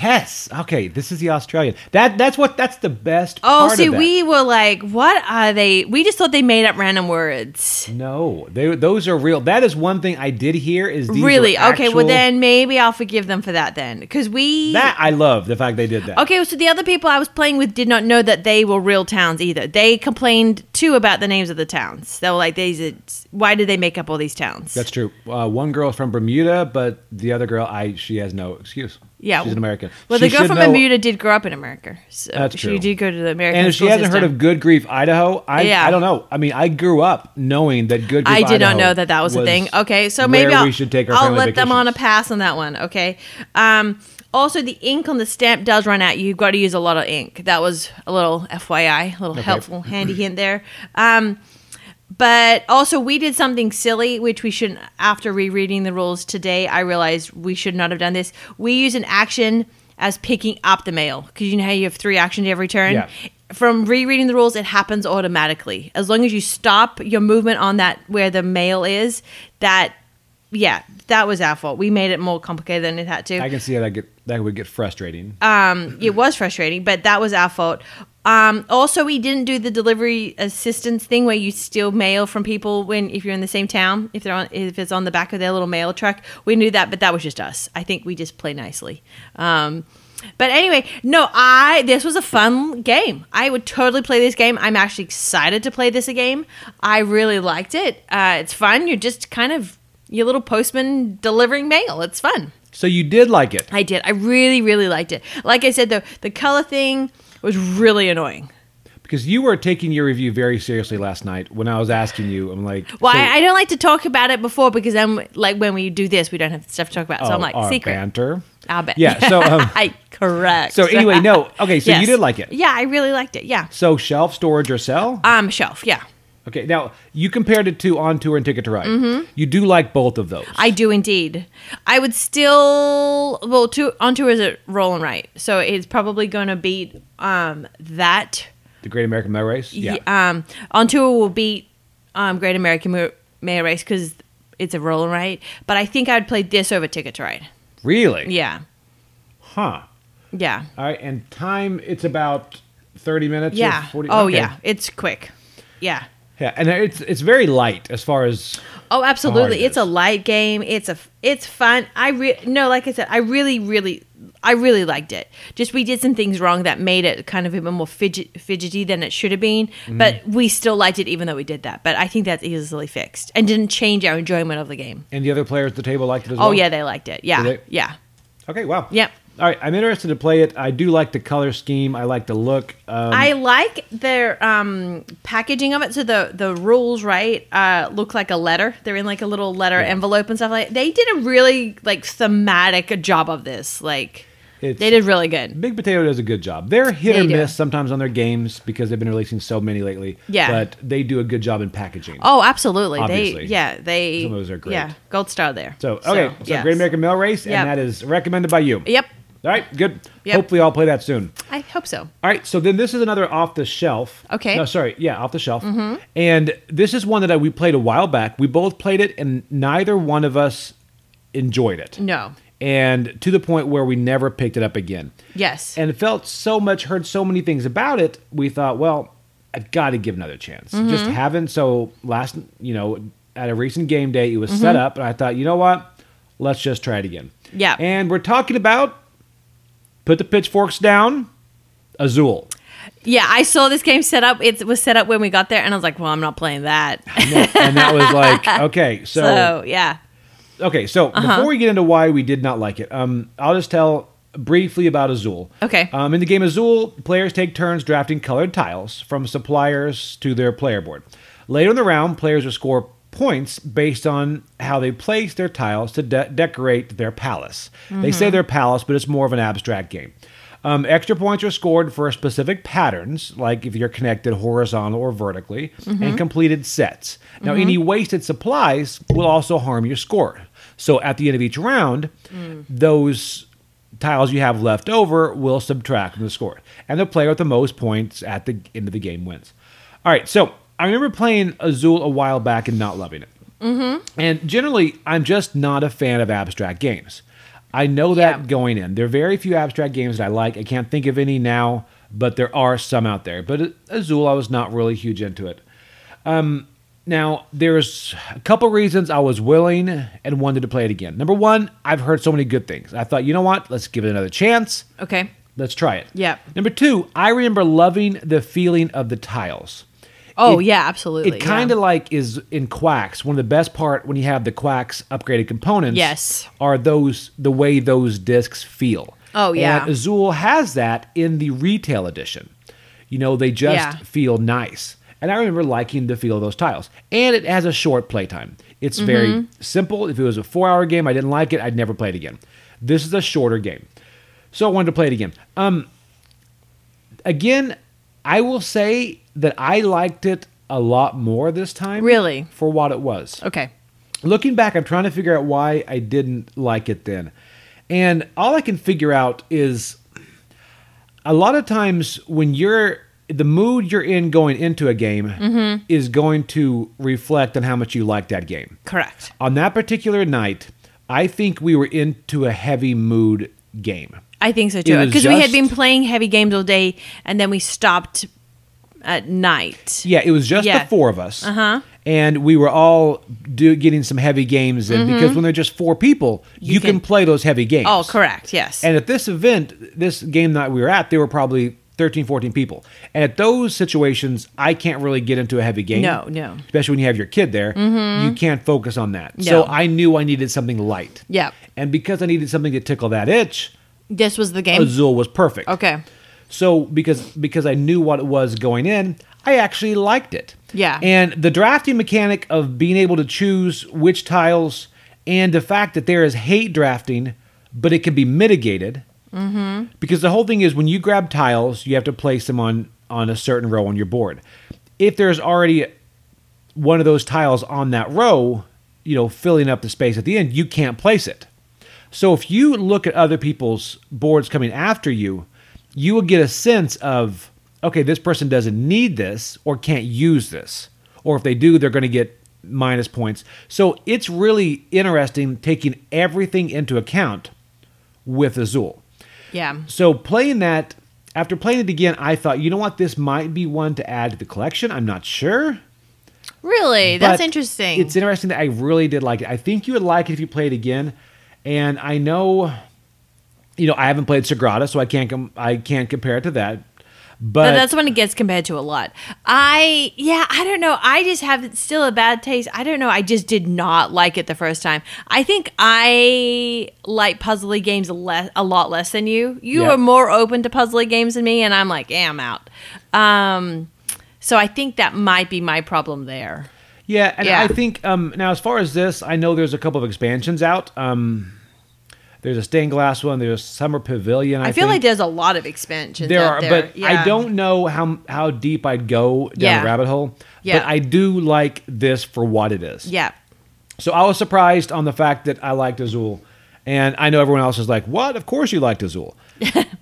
Speaker 1: Yes. Okay. This is the Australian. That that's what that's the best.
Speaker 2: Oh,
Speaker 1: part of
Speaker 2: see,
Speaker 1: that.
Speaker 2: we were like, what are they? We just thought they made up random words.
Speaker 1: No, they those are real. That is one thing I did hear is these
Speaker 2: Really?
Speaker 1: are
Speaker 2: okay, well
Speaker 1: actual-
Speaker 2: then maybe I'll forgive them for that then. Because we.
Speaker 1: that I love the fact they did that.
Speaker 2: Okay, so the other people I was playing with did not know that they were real towns either. They complained too about the names of the towns. They were like, "These, are- why did they make up all these towns?"
Speaker 1: That's true. Uh, one girl's from Bermuda, but the other girl, I she has no excuse.
Speaker 2: Yeah.
Speaker 1: She's an American.
Speaker 2: Well,
Speaker 1: She
Speaker 2: the girl
Speaker 1: should
Speaker 2: from
Speaker 1: know-
Speaker 2: Bermuda did grow up in America, so
Speaker 1: That's
Speaker 2: she
Speaker 1: true.
Speaker 2: did go to the American.
Speaker 1: And if she
Speaker 2: school
Speaker 1: hasn't
Speaker 2: system.
Speaker 1: heard of Good Grief Idaho, I
Speaker 2: Yeah.
Speaker 1: I don't know. I mean, I grew up knowing that Good Grief
Speaker 2: I did not
Speaker 1: Idaho
Speaker 2: know that that was, a thing. Okay, so
Speaker 1: where
Speaker 2: maybe I'll,
Speaker 1: we should take our
Speaker 2: I'll
Speaker 1: family
Speaker 2: let them on a
Speaker 1: vacations.
Speaker 2: pass on that one. Okay. Um, also, the ink on the stamp does run out. You've got to use a lot of ink. That was a little FYI, a little helpful, handy hint there. Um, but also, we did something silly, which we shouldn't. After rereading the rules today, I realized we should not have done this. We use an action as picking up the mail because you know how you have three actions every turn.
Speaker 1: Yeah.
Speaker 2: From rereading the rules, it happens automatically as long as you stop your movement on that where the mail is. That yeah, that was our fault. We made it more complicated than it had to
Speaker 1: I can see how that get that would get frustrating.
Speaker 2: Uh, it was frustrating, but that was our fault. Um, also, we didn't do the delivery assistance thing where you steal mail from people when if you're in the same town, if they're on, if it's on the back of their little mail truck. We knew that, but that was just us. I think we just play nicely. Um, but anyway, no, I this was a fun game. I would totally play this game. I'm actually excited to play this game. I really liked it. Uh, it's fun. You're just kind of your little postman delivering mail. It's fun.
Speaker 1: so you did like it.
Speaker 2: I did. I really, really liked it. Like I said, though, the color thing was really annoying.
Speaker 1: because you were taking your review very seriously last night when I was asking you. I'm like,
Speaker 2: Well,
Speaker 1: so-
Speaker 2: I, I don't like to talk about it before because then, like, when we do this, we don't have stuff to talk about. So I'm
Speaker 1: oh,
Speaker 2: like,
Speaker 1: our
Speaker 2: secret. Uh,
Speaker 1: banter.
Speaker 2: I'll bet.
Speaker 1: Yeah, so, um,
Speaker 2: I correct.
Speaker 1: So anyway, no. Okay, so you did like it.
Speaker 2: Yeah, I really liked it. Yeah.
Speaker 1: So shelf storage or sell?
Speaker 2: Um, shelf. Yeah,
Speaker 1: okay, now you compared it to on tour and ticket to ride. You do like both of those.
Speaker 2: Mm-hmm. I do indeed. I would still well, two on tour is a roll and right, so it's probably going to beat um that.
Speaker 1: the Great American Mail Race. Yeah.
Speaker 2: Ye- Um, on tour will beat um, Great American Mo- Mail Race because it's a roll and ride. But I think I'd play this over Ticket to Ride.
Speaker 1: really?
Speaker 2: Yeah,
Speaker 1: Huh.
Speaker 2: yeah,
Speaker 1: All right, and time it's about thirty minutes. or
Speaker 2: yeah.
Speaker 1: 40,
Speaker 2: oh
Speaker 1: okay.
Speaker 2: yeah, it's quick. Yeah.
Speaker 1: Yeah, and it's it's very light as far as
Speaker 2: Oh, absolutely. It's
Speaker 1: is.
Speaker 2: a light game. It's a f- it's fun. I re- no, like I said, I really really I really liked it. Just we did some things wrong that made it kind of even more fidget, fidgety than it should have been,
Speaker 1: Mm-hmm.
Speaker 2: but we still liked it even though we did that. But I think that's easily fixed and didn't change our enjoyment of the game.
Speaker 1: and the other players at the table liked it as well.
Speaker 2: Oh yeah, they liked it. Yeah,
Speaker 1: Did they?
Speaker 2: yeah,
Speaker 1: Okay. Wow.
Speaker 2: Yep.
Speaker 1: All right. I'm interested to play it. I do like the color scheme. I like the look. Um,
Speaker 2: I like their um, packaging of it. So the the rules, right, uh, look like a letter. They're in like a little letter envelope and stuff like. They did a really like thematic job of this. Like
Speaker 1: It's-
Speaker 2: they did really good.
Speaker 1: Big Potato does a good job. They're hit
Speaker 2: They
Speaker 1: or
Speaker 2: do.
Speaker 1: miss sometimes on their games because they've been releasing so many lately.
Speaker 2: Yeah.
Speaker 1: But they do a good job in packaging.
Speaker 2: Oh, absolutely.
Speaker 1: Obviously.
Speaker 2: They yeah they
Speaker 1: Some of those are great.
Speaker 2: Yeah, gold star there.
Speaker 1: So, okay. So,
Speaker 2: yes.
Speaker 1: Great American Mail Race,
Speaker 2: Yep.
Speaker 1: and that is recommended by you.
Speaker 2: Yep,
Speaker 1: All right. Good.
Speaker 2: Yep.
Speaker 1: Hopefully, I'll play that soon.
Speaker 2: I hope so.
Speaker 1: All right. So, then this is another off the shelf.
Speaker 2: Okay. Mm-hmm.
Speaker 1: No, sorry. Yeah, off the shelf. And this is one that I, we played a while back. We both played it, and neither one of us enjoyed it.
Speaker 2: No.
Speaker 1: And to the point where we never picked it up again.
Speaker 2: Yes.
Speaker 1: and felt so much, heard so many things about it. We thought, well, I've got to give another chance.
Speaker 2: Mm-hmm.
Speaker 1: Just haven't. So last, you know, at a recent game day, it was
Speaker 2: Mm-hmm.
Speaker 1: set up, and I thought, you know what? Let's just try it again.
Speaker 2: Yeah.
Speaker 1: And we're talking about put the pitchforks down, Azul.
Speaker 2: yeah, I saw this game set up. It was set up when we got there, and I was like, well, I'm not playing that.
Speaker 1: and that was like, okay, so,
Speaker 2: so yeah.
Speaker 1: okay, so
Speaker 2: uh-huh.
Speaker 1: before we get into why we did not like it, um, I'll just tell briefly about Azul.
Speaker 2: Okay.
Speaker 1: Um, in the game Azul, players take turns drafting colored tiles from suppliers to their player board. Later in the round, players will score points based on how they place their tiles to de- decorate their palace. They say their palace, but it's more of an abstract game. Um, extra points are scored for specific patterns, like if you're connected horizontal or vertically, and completed sets. Now, any wasted supplies will also harm your score. So at the end of each round, those tiles you have left over will subtract from the score. And the player with the most points at the end of the game wins. All right, so I remember playing Azul a while back and not loving it. Mm-hmm. And generally, I'm just not a fan of abstract games. I know that
Speaker 2: Yeah.
Speaker 1: going in. There are very few abstract games that I like. I can't think of any now, but there are some out there. But Azul, I was not really huge into it. Um, Now, there's a couple reasons I was willing and wanted to play it again. Number one, I've heard so many good things. I thought, you know what? Let's give it another chance.
Speaker 2: Okay.
Speaker 1: Let's try it.
Speaker 2: Yep.
Speaker 1: Number two, I remember loving the feeling of the tiles.
Speaker 2: Oh
Speaker 1: It-
Speaker 2: yeah, absolutely.
Speaker 1: It kind of like is in Quacks. One of the best part when you have the Quacks upgraded components.
Speaker 2: Yes.
Speaker 1: Are those the way those discs feel?
Speaker 2: Oh, yeah.
Speaker 1: And Azul has that in the retail edition. You know, they just
Speaker 2: Yeah.
Speaker 1: feel nice. And I remember liking the feel of those tiles. And it has a short playtime. It's
Speaker 2: Mm-hmm.
Speaker 1: very simple. If it was a four hour game, I didn't like it, I'd never play it again. This is a shorter game. So I wanted to play it again. Um, again, I will say that I liked it a lot more this time.
Speaker 2: Really?
Speaker 1: For what it was.
Speaker 2: yeah. Okay.
Speaker 1: Looking back, I'm trying to figure out why I didn't like it then. And all I can figure out is a lot of times when you're the mood you're in going into a game
Speaker 2: Mm-hmm.
Speaker 1: is going to reflect on how much you like that game.
Speaker 2: Correct.
Speaker 1: On that particular night, I think we were into a heavy mood game.
Speaker 2: I think so
Speaker 1: It
Speaker 2: too.
Speaker 1: was
Speaker 2: Because we had
Speaker 1: just-
Speaker 2: been playing heavy games all day, and then we stopped at night.
Speaker 1: Yeah, it was just
Speaker 2: Yeah. Uh-huh.
Speaker 1: the four of us. And we were all do, getting some heavy games in because when they're just four people, you, can,
Speaker 2: Mm-hmm. can-
Speaker 1: play those heavy games.
Speaker 2: Oh, correct. Yes.
Speaker 1: And at this event, this game night we were at, there were probably 13, 14 people. And at those situations, I can't really get into a heavy game.
Speaker 2: No, no. Mm-hmm.
Speaker 1: Especially when you have your kid there, you can't focus on that. So
Speaker 2: No.
Speaker 1: I knew I needed something light.
Speaker 2: Yep.
Speaker 1: And because I needed something to tickle that itch,
Speaker 2: this was the game.
Speaker 1: Azul was perfect.
Speaker 2: Okay.
Speaker 1: So because because I knew what it was going in, I actually liked it.
Speaker 2: Yeah.
Speaker 1: And the drafting mechanic of being able to choose which tiles and the fact that there is hate drafting, but it can be mitigated. Mm-hmm. Because the whole thing is when you grab tiles, you have to place them on on a certain row on your board. If there's already one of those tiles on that row, you know, filling up the space at the end, you can't place it. So if you look at other people's boards coming after you, you will get a sense of, okay, this person doesn't need this or can't use this. Or if they do, they're going to get minus points. So it's really interesting taking everything into account with Azul.
Speaker 2: Yeah.
Speaker 1: So playing that, after playing it again, I thought, you know what, this might be one to add to the collection. I'm not sure.
Speaker 2: Really? That's
Speaker 1: But
Speaker 2: interesting.
Speaker 1: It's interesting that I really did like it. I think you would like it if you played again. And I know, you know, I haven't played Sagrada, so I can't com- I can't compare it to that. But
Speaker 2: But that's when it gets compared to a lot. I yeah, I don't know. I just have still a bad taste. I don't know. I just did not like it the first time. I think I like puzzly games less, a lot less than you. You
Speaker 1: Yeah.
Speaker 2: are more open to puzzly games than me, and I'm like, eh, I'm out. Um, so I think that might be my problem there.
Speaker 1: yeah, and
Speaker 2: Yeah.
Speaker 1: I think um, now as far as this, I know there's a couple of expansions out. Um, there's a stained glass one. There's a summer pavilion. I,
Speaker 2: I, feel
Speaker 1: think.
Speaker 2: like there's a lot of expansions.
Speaker 1: there
Speaker 2: out
Speaker 1: are, but I don't know how how deep I'd go down
Speaker 2: Yeah.
Speaker 1: the rabbit hole.
Speaker 2: Yeah.
Speaker 1: But I do like this for what it is.
Speaker 2: Yeah,
Speaker 1: So I was surprised on the fact that I liked Azul. And I know everyone else is like, what? Of course you liked Azul.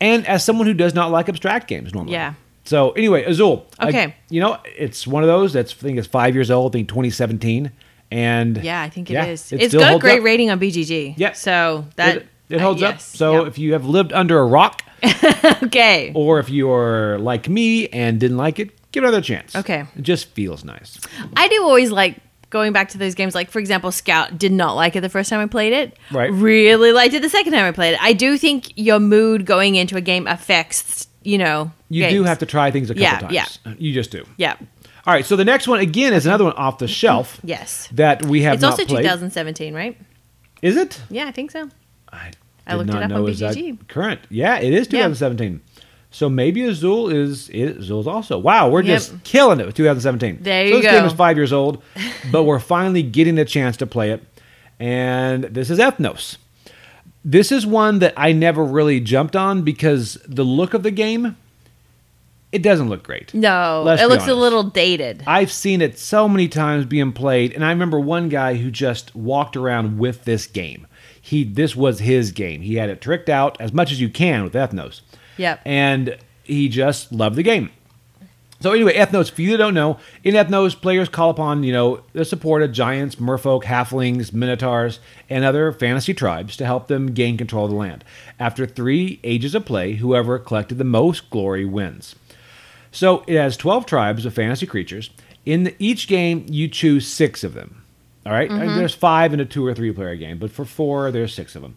Speaker 1: and as someone who does not like abstract games normally.
Speaker 2: Yeah.
Speaker 1: So anyway, Azul. I-
Speaker 2: Okay.
Speaker 1: you know, it's one of those that's, I think it's five years old, I think 2017. And
Speaker 2: yeah, I think it
Speaker 1: yeah,
Speaker 2: is.
Speaker 1: it
Speaker 2: It's
Speaker 1: still
Speaker 2: got a
Speaker 1: holds
Speaker 2: great
Speaker 1: up.
Speaker 2: rating on BGG.
Speaker 1: Yeah.
Speaker 2: So that
Speaker 1: It, it holds
Speaker 2: uh,
Speaker 1: up.
Speaker 2: yes,
Speaker 1: So
Speaker 2: yeah.
Speaker 1: if you have lived under a rock
Speaker 2: okay.
Speaker 1: or if you are like me and didn't like it, give it another chance.
Speaker 2: Okay.
Speaker 1: It just feels nice.
Speaker 2: I do always like going back to those games. Like, for example, Scout did not like it the first time I played it.
Speaker 1: Right.
Speaker 2: Really liked it the second time I played it. I do think your mood going into a game affects, you know.
Speaker 1: You do have to try things a couple
Speaker 2: Yeah,
Speaker 1: times. Yeah. You just do.
Speaker 2: Yeah.
Speaker 1: All right, so the next one again is another one off the shelf.
Speaker 2: Yes.
Speaker 1: That we have
Speaker 2: It's
Speaker 1: not
Speaker 2: also
Speaker 1: played.
Speaker 2: 2017, right?
Speaker 1: Is it?
Speaker 2: Yeah, I think so.
Speaker 1: I,
Speaker 2: I
Speaker 1: did
Speaker 2: looked it
Speaker 1: not
Speaker 2: up
Speaker 1: know
Speaker 2: on
Speaker 1: is that
Speaker 2: BGG.
Speaker 1: current. Yeah, it is
Speaker 2: Yeah.
Speaker 1: 2017. So maybe Azul is it, Azul's also. Wow, we're
Speaker 2: Yep.
Speaker 1: just killing it with 2017.
Speaker 2: There
Speaker 1: so
Speaker 2: you
Speaker 1: this game
Speaker 2: go.
Speaker 1: is five years old, but we're finally getting a chance to play it. And this is Ethnos. This is one that I never really jumped on because the look of the game, it doesn't look great.
Speaker 2: No,
Speaker 1: Let's
Speaker 2: it
Speaker 1: be
Speaker 2: looks a
Speaker 1: honest.
Speaker 2: little dated.
Speaker 1: I've seen it so many times being played, and I remember one guy who just walked around with this game. He this was his game. He had it tricked out as much as you can with Ethnos.
Speaker 2: Yep.
Speaker 1: And he just loved the game. So anyway, Ethnos, for you that don't know, in Ethnos, players call upon, you know, the support of giants, merfolk, halflings, minotaurs, and other fantasy tribes to help them gain control of the land. After three ages of play, whoever collected the most glory wins. So it has 12 tribes of fantasy creatures. In the- each game, you choose six of them. All right? There's five in a two or three player game, but for four, there's six of them.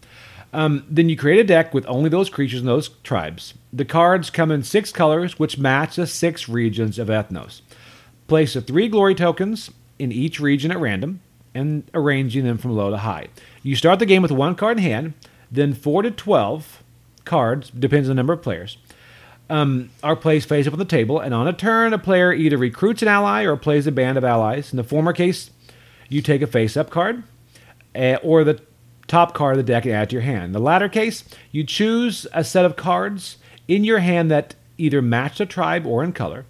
Speaker 1: Um, then you create a deck with only those creatures and those tribes. The cards come in six colors, which match the six regions of Ethnos. Place the three glory tokens in each region at random and arranging them from low to high. You start the game with one card in hand, then four to 12 cards, depends on the number of players, um, are placed face up on the table. And on a turn, a player either recruits an ally or plays a band of allies. In the former case, you take a face up card uh, or the top card of the deck and add it to your hand. In the latter case, you choose a set of cards in your hand that either match the tribe or in color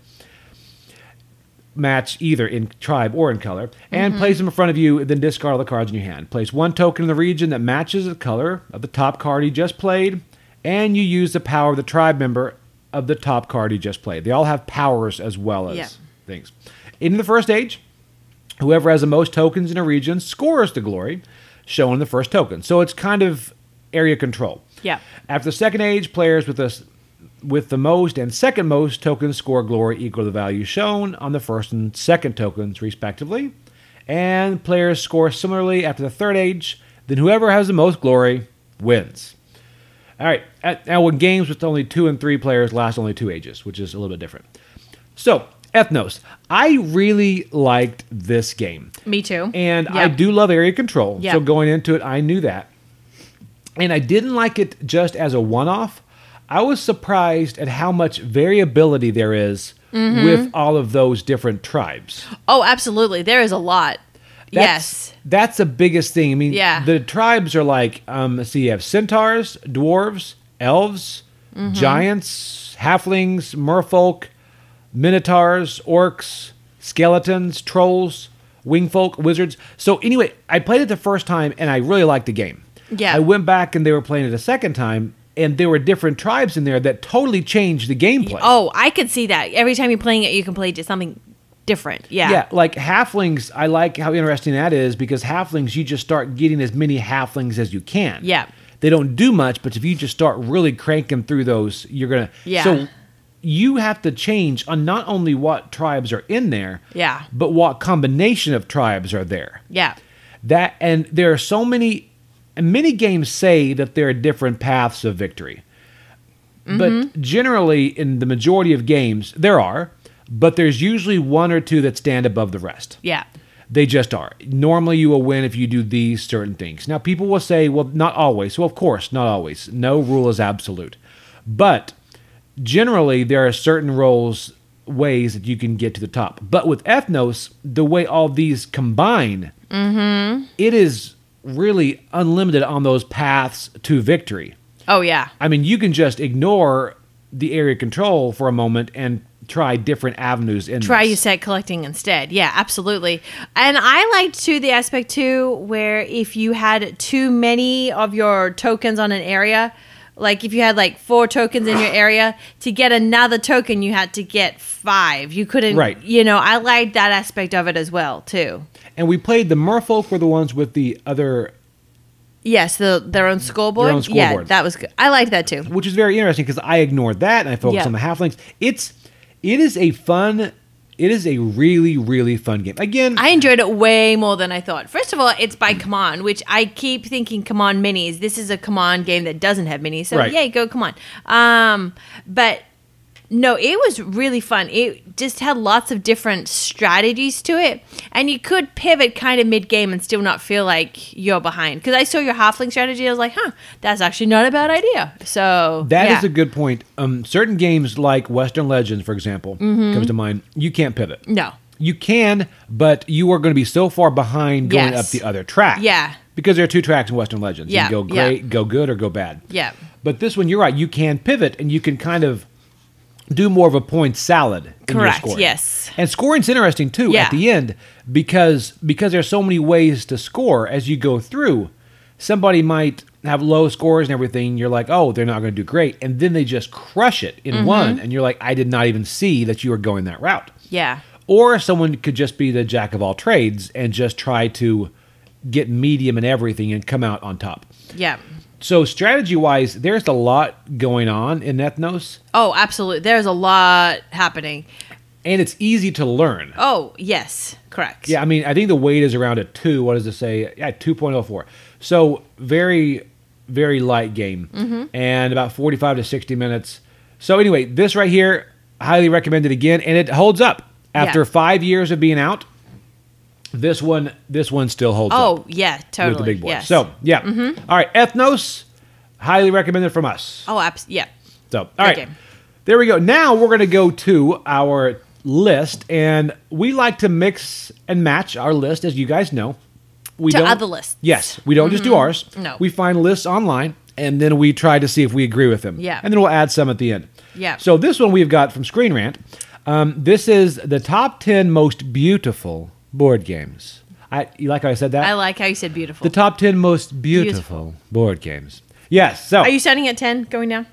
Speaker 1: match either in tribe or in color, and place them in front of you, then discard all the cards in your hand. Place one token in the region that matches the color of the top card you just played, and you use the power of the tribe member of the top card you just played. They all have powers as well as
Speaker 2: Yeah.
Speaker 1: things. In the first age, whoever has the most tokens in a region scores the glory shown in the first token. So it's kind of area control.
Speaker 2: Yeah.
Speaker 1: After the second age, players with the with the most and second most tokens score glory equal to the value shown on the first and second tokens respectively, and players score similarly after the third age. Then whoever has the most glory wins. All right. At, now, when games with only two and three players last only two ages, which is a little bit different. So, Ethnos. I really liked this game.
Speaker 2: Me too.
Speaker 1: And
Speaker 2: Yep.
Speaker 1: I do love area control.
Speaker 2: Yeah.
Speaker 1: So going into it, I knew that. And I didn't like it just as a one off. I was surprised at how much variability there is with all of those different tribes.
Speaker 2: Oh, absolutely. There is a lot. yes.
Speaker 1: That's- That's the biggest thing. I mean,
Speaker 2: Yeah.
Speaker 1: the tribes are like, um, let's see, you have centaurs, dwarves, elves,
Speaker 2: Mm-hmm.
Speaker 1: giants, halflings, merfolk, minotaurs, orcs, skeletons, trolls, wingfolk, wizards. So, anyway, I played it the first time and I really liked the game.
Speaker 2: Yeah.
Speaker 1: I went back and they were playing it a second time and there were different tribes in there that totally changed the gameplay.
Speaker 2: Oh, I could see that. Every time you're playing it, you can play just something different. Yeah.
Speaker 1: Yeah, like halflings, I like how interesting that is because halflings, you just start getting as many halflings as you can.
Speaker 2: Yeah.
Speaker 1: They don't do much, but if you just start really cranking through those, you're going to.
Speaker 2: Yeah.
Speaker 1: So you have to change on not only what tribes are in there,
Speaker 2: Yeah.
Speaker 1: but what combination of tribes are there.
Speaker 2: Yeah.
Speaker 1: That and there are so many and many games say that there are different paths of victory. But generally in the majority of games there are, but there's usually one or two that stand above the rest.
Speaker 2: Yeah.
Speaker 1: They just are. Normally you will win if you do these certain things. Now people will say, well not always. Well of course, not always. No rule is absolute. But generally there are certain roles ways that you can get to the top. But with Ethnos, the way all these combine it is really unlimited on those paths to victory.
Speaker 2: Oh, yeah.
Speaker 1: I mean, you can just ignore the area control for a moment and try different avenues in
Speaker 2: Try you
Speaker 1: this.
Speaker 2: said collecting instead. Yeah, absolutely. And I liked too the aspect too where if you had too many of your tokens on an area, like if you had like four tokens in your area, to get another token you had to get five. You couldn't
Speaker 1: Right.
Speaker 2: you know, I liked that aspect of it as well too.
Speaker 1: and we played the merfolk were the ones with the other
Speaker 2: Yes, the their own scoreboard.
Speaker 1: Their own
Speaker 2: yeah,
Speaker 1: scoreboard.
Speaker 2: that was good. I liked that too.
Speaker 1: which is very interesting because I ignored that and I focused
Speaker 2: Yeah.
Speaker 1: on the halflings. It's it is a fun it is a really really fun game. Again,
Speaker 2: I enjoyed it way more than I thought. First of all, it's by Command, which I keep thinking Command minis. This is a Command game that doesn't have minis, so
Speaker 1: Right.
Speaker 2: yay, go Command. Um, but no, it was really fun. It just had lots of different strategies to it, and you could pivot kind of mid game and still not feel like you're behind. Because I saw your halfling strategy, I was like, huh, that's actually not a bad idea. So
Speaker 1: That is
Speaker 2: yeah.
Speaker 1: a good point. Um, certain games like Western Legends, for example,
Speaker 2: Mm-hmm.
Speaker 1: comes to mind. You can't pivot.
Speaker 2: No.
Speaker 1: you can, but you are going to be so far behind going
Speaker 2: Yes.
Speaker 1: up the other track.
Speaker 2: Yeah.
Speaker 1: because there are two tracks in Western Legends.
Speaker 2: Yeah,
Speaker 1: you can go
Speaker 2: yeah.
Speaker 1: great, go good, or go bad.
Speaker 2: Yeah.
Speaker 1: but this one, you're right. You can pivot, and you can kind of do more of a point salad. in your
Speaker 2: Correct,
Speaker 1: scoring.
Speaker 2: yes.
Speaker 1: and scoring's interesting too
Speaker 2: Yeah.
Speaker 1: at the end because because there's so many ways to score as you go through. Somebody might have low scores and everything. You're like, oh, they're not going to do great, and then they just crush it
Speaker 2: Mm-hmm.
Speaker 1: in one, and you're like, I did not even see that you were going that route.
Speaker 2: yeah.
Speaker 1: Or someone could just be the jack of all trades and just try to get medium in everything and come out on top.
Speaker 2: Yeah.
Speaker 1: So strategy wise, there's a lot going on in Ethnos,
Speaker 2: Oh, absolutely. There's a lot happening.
Speaker 1: and it's easy to learn.
Speaker 2: Oh, yes, correct.
Speaker 1: Yeah, I mean, I think the weight is around a two. What does it say? Yeah, two point oh four. So very, very light game,
Speaker 2: Mm-hmm.
Speaker 1: and about forty five to sixty minutes. So anyway, this right here, highly recommended again, and it holds up. After
Speaker 2: Yeah.
Speaker 1: five years of being out, this one this one still holds up
Speaker 2: Oh yeah, totally.
Speaker 1: with the big boys.
Speaker 2: Yes. Mm-hmm.
Speaker 1: So yeah, All right, Ethnos, highly recommended from us.
Speaker 2: Oh, abs- yeah.
Speaker 1: So, all right.
Speaker 2: Okay.
Speaker 1: There we go. Now we're going to go to our list, and we like to mix and match our list, as you guys know. We
Speaker 2: To other lists. Mm-hmm.
Speaker 1: Yes, we don't just do ours.
Speaker 2: No.
Speaker 1: we find lists online, and then we try to see if we agree with them.
Speaker 2: Yeah.
Speaker 1: and then we'll add some at the end.
Speaker 2: Yeah.
Speaker 1: So this one we've got from Screen Rant. Um, this is the top ten most beautiful board games. I you like how I said that?
Speaker 2: I like how you said beautiful.
Speaker 1: the top ten most beautiful, board games. Yes. So
Speaker 2: Are you starting at ten, going down?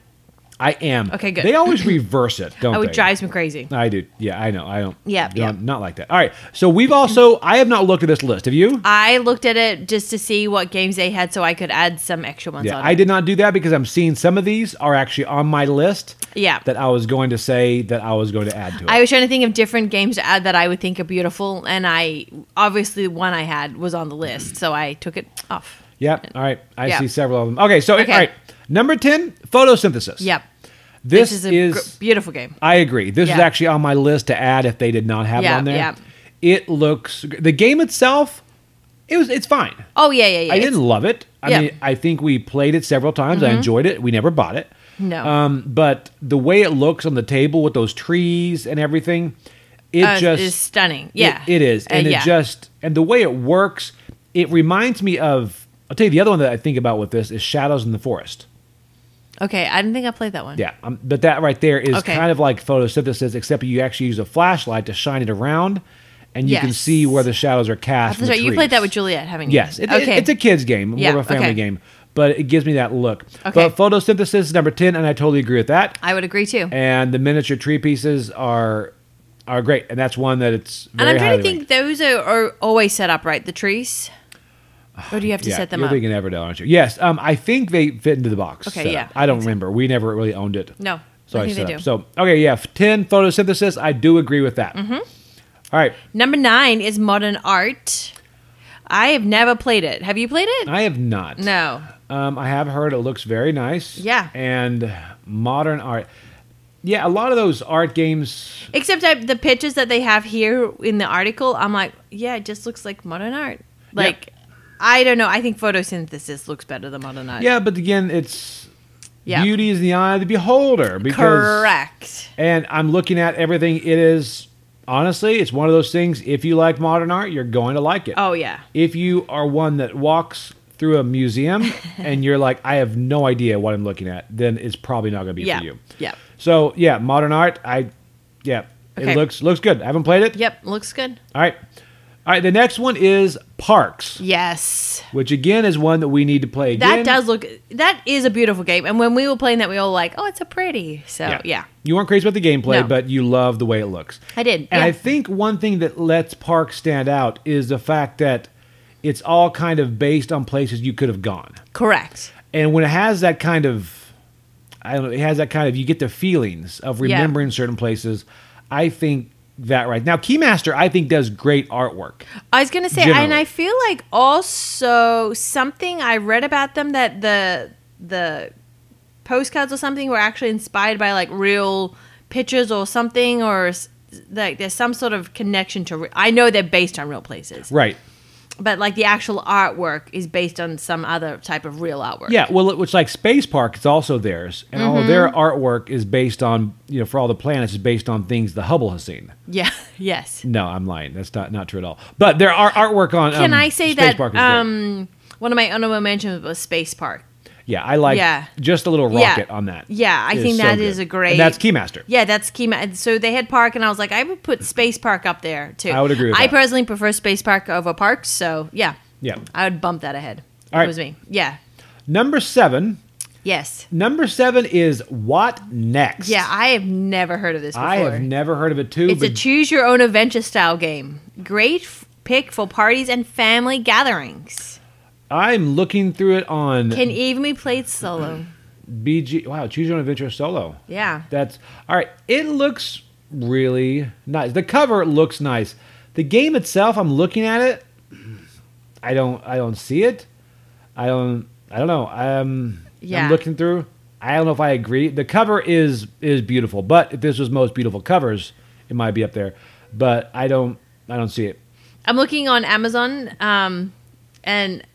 Speaker 1: I am.
Speaker 2: Okay, good.
Speaker 1: They always reverse it, don't
Speaker 2: Oh,
Speaker 1: they?
Speaker 2: it drives me crazy.
Speaker 1: I do. Yeah, I know. I don't.
Speaker 2: Yeah,
Speaker 1: don't-
Speaker 2: yeah.
Speaker 1: Not like that. All right. So we've also. I have not looked at this list. Have you?
Speaker 2: I looked at it just to see what games they had, so I could add some extra ones
Speaker 1: Yeah.
Speaker 2: on.
Speaker 1: I
Speaker 2: it.
Speaker 1: did not do that because I'm seeing some of these are actually on my list.
Speaker 2: Yeah.
Speaker 1: That I was going to say that I was going to add to it.
Speaker 2: I was trying to think of different games to add that I would think are beautiful, and I obviously the one I had was on the list, so I took it off.
Speaker 1: yeah. All right. I
Speaker 2: Yeah.
Speaker 1: see several of them. Okay. So
Speaker 2: Okay.
Speaker 1: all right. Number ten, photosynthesis.
Speaker 2: Yep.
Speaker 1: This,
Speaker 2: is
Speaker 1: is.
Speaker 2: a gr- beautiful game.
Speaker 1: I agree. This is
Speaker 2: Yeah.
Speaker 1: actually on my list to add if they did not have it
Speaker 2: Yeah,
Speaker 1: on there.
Speaker 2: yeah.
Speaker 1: It looks. The game itself. It was. It's fine.
Speaker 2: Oh yeah, yeah, yeah.
Speaker 1: I
Speaker 2: It's-
Speaker 1: didn't love it. I
Speaker 2: Yeah. Mm-hmm.
Speaker 1: mean, I think we played it several times. I enjoyed it. We never bought it.
Speaker 2: No.
Speaker 1: Um, but the way it looks on the table with those trees and everything, it
Speaker 2: uh,
Speaker 1: just
Speaker 2: is stunning.
Speaker 1: it-
Speaker 2: Yeah,
Speaker 1: it is,
Speaker 2: Uh,
Speaker 1: and
Speaker 2: yeah.
Speaker 1: it just and the way it works, it reminds me of. I'll tell you the other one that I think about with this is Shadows in the Forest.
Speaker 2: okay. I didn't think I played that one.
Speaker 1: Yeah, um, but that right there is
Speaker 2: Okay.
Speaker 1: kind of like photosynthesis, except you actually use a flashlight to shine it around, and you can
Speaker 2: Yes.
Speaker 1: see where the shadows are cast.
Speaker 2: that's
Speaker 1: from
Speaker 2: right.
Speaker 1: the
Speaker 2: You played
Speaker 1: trees.
Speaker 2: that with Juliet, haven't you?
Speaker 1: Yes, it, it-
Speaker 2: okay.
Speaker 1: it's a kids game, more
Speaker 2: Yeah,
Speaker 1: of a family
Speaker 2: okay.
Speaker 1: game, but it gives me that look.
Speaker 2: Okay.
Speaker 1: But photosynthesis is number ten, and I totally agree with that.
Speaker 2: I would agree too.
Speaker 1: And the miniature tree pieces are are great, and that's one that it's. Very
Speaker 2: and I'm trying
Speaker 1: highly
Speaker 2: to think
Speaker 1: ranked.
Speaker 2: those are, are always set up right. The trees, or do you have to
Speaker 1: yeah,
Speaker 2: set them
Speaker 1: you're
Speaker 2: up?
Speaker 1: thinking Everdell, aren't you? Yes, um, I think they fit into the box.
Speaker 2: Okay,
Speaker 1: setup.
Speaker 2: yeah,
Speaker 1: I don't
Speaker 2: I think so.
Speaker 1: remember. We never really owned it.
Speaker 2: No,
Speaker 1: so
Speaker 2: I
Speaker 1: I,
Speaker 2: think they
Speaker 1: set up.
Speaker 2: do.
Speaker 1: So okay, yeah, f- ten photosynthesis. I do agree with that. Mm-hmm. right,
Speaker 2: Number nine is modern art. I have never played it. Have you played it?
Speaker 1: I have not.
Speaker 2: no.
Speaker 1: Um, I have heard it looks very nice.
Speaker 2: Yeah.
Speaker 1: And modern art. Yeah, a lot of those art games.
Speaker 2: Except I, the pictures that they have here in the article, I'm like, yeah, it just looks like modern art. Like, I don't know. I think photosynthesis looks better than modern art.
Speaker 1: Yeah, but again, it's
Speaker 2: Yeah.
Speaker 1: beauty is in the eye of the beholder. Because,
Speaker 2: Correct.
Speaker 1: And I'm looking at everything. It is honestly, it's one of those things. If you like modern art, you're going to like it.
Speaker 2: Oh yeah.
Speaker 1: If you are one that walks through a museum and you're like, I have no idea what I'm looking at, then it's probably not going to be
Speaker 2: Yeah.
Speaker 1: for you.
Speaker 2: Yeah.
Speaker 1: So yeah, modern art. I yeah,
Speaker 2: Okay.
Speaker 1: it looks looks good. I haven't played it.
Speaker 2: Yep. Looks good.
Speaker 1: All right. All right. The next one is Parks,
Speaker 2: Yes.
Speaker 1: which again is one that we need to play
Speaker 2: That
Speaker 1: again.
Speaker 2: does look. That is a beautiful game. And when we were playing that, we were all like, oh, it's a pretty. So yeah.
Speaker 1: You weren't crazy about the gameplay,
Speaker 2: No.
Speaker 1: but you love the way it looks.
Speaker 2: I did,
Speaker 1: And
Speaker 2: yeah.
Speaker 1: I think one thing that lets Parks stand out is the fact that it's all kind of based on places you could have gone.
Speaker 2: Correct.
Speaker 1: And when it has that kind of, I don't know, it has that kind of, you get the feelings of
Speaker 2: Yeah.
Speaker 1: remembering certain places. I think that right now, Keymaster, I think does great artwork.
Speaker 2: I was gonna say, and
Speaker 1: Generally.
Speaker 2: I feel like also something I read about them that the the postcards or something were actually inspired by like real pictures or something, or s- like there's some sort of connection to. Re- I know they're based on real places,
Speaker 1: Right.
Speaker 2: but like the actual artwork is based on some other type of real artwork.
Speaker 1: Yeah, well, it was like Space Park. It's also theirs, and
Speaker 2: Mm-hmm.
Speaker 1: all of their artwork is based on you know for all the planets is based on things the Hubble has seen.
Speaker 2: yeah, yes.
Speaker 1: No, I'm lying. That's not not true at all. But there are artwork on.
Speaker 2: Can
Speaker 1: um,
Speaker 2: I say
Speaker 1: Space
Speaker 2: that?
Speaker 1: Park is great.
Speaker 2: Um, one of my honorable mentions was Space Park.
Speaker 1: yeah, I like.
Speaker 2: yeah.
Speaker 1: just a little
Speaker 2: Yeah.
Speaker 1: rocket on that.
Speaker 2: Yeah, I
Speaker 1: It
Speaker 2: think
Speaker 1: so
Speaker 2: that
Speaker 1: good.
Speaker 2: is a great-
Speaker 1: And that's Keymaster.
Speaker 2: Yeah, that's key. ma- So they had Park, and I was like, I would put Space Park up there too.
Speaker 1: I would agree with
Speaker 2: I
Speaker 1: that.
Speaker 2: personally prefer Space Park over Parks, so yeah.
Speaker 1: Yeah.
Speaker 2: I would bump that ahead.
Speaker 1: All
Speaker 2: It
Speaker 1: right.
Speaker 2: was me. Yeah.
Speaker 1: Number seven.
Speaker 2: Yes.
Speaker 1: Number seven is what next?
Speaker 2: Yeah, I have never heard of this before.
Speaker 1: I have never heard of it too.
Speaker 2: it's a
Speaker 1: but
Speaker 2: choose your own adventure style game. Great f- pick for parties and family gatherings.
Speaker 1: I'm looking through it on
Speaker 2: Can even be played solo.
Speaker 1: BG. Wow, choose your own adventure solo.
Speaker 2: Yeah.
Speaker 1: That's all right. It looks really nice. The cover looks nice. The game itself, I'm looking at it. I don't I don't see it. I don't I don't know. Um
Speaker 2: Yeah.
Speaker 1: I'm looking through. I don't know if I agree. The cover is is beautiful, but if this was most beautiful covers, it might be up there. but I don't I don't see it.
Speaker 2: I'm looking on Amazon, um, and it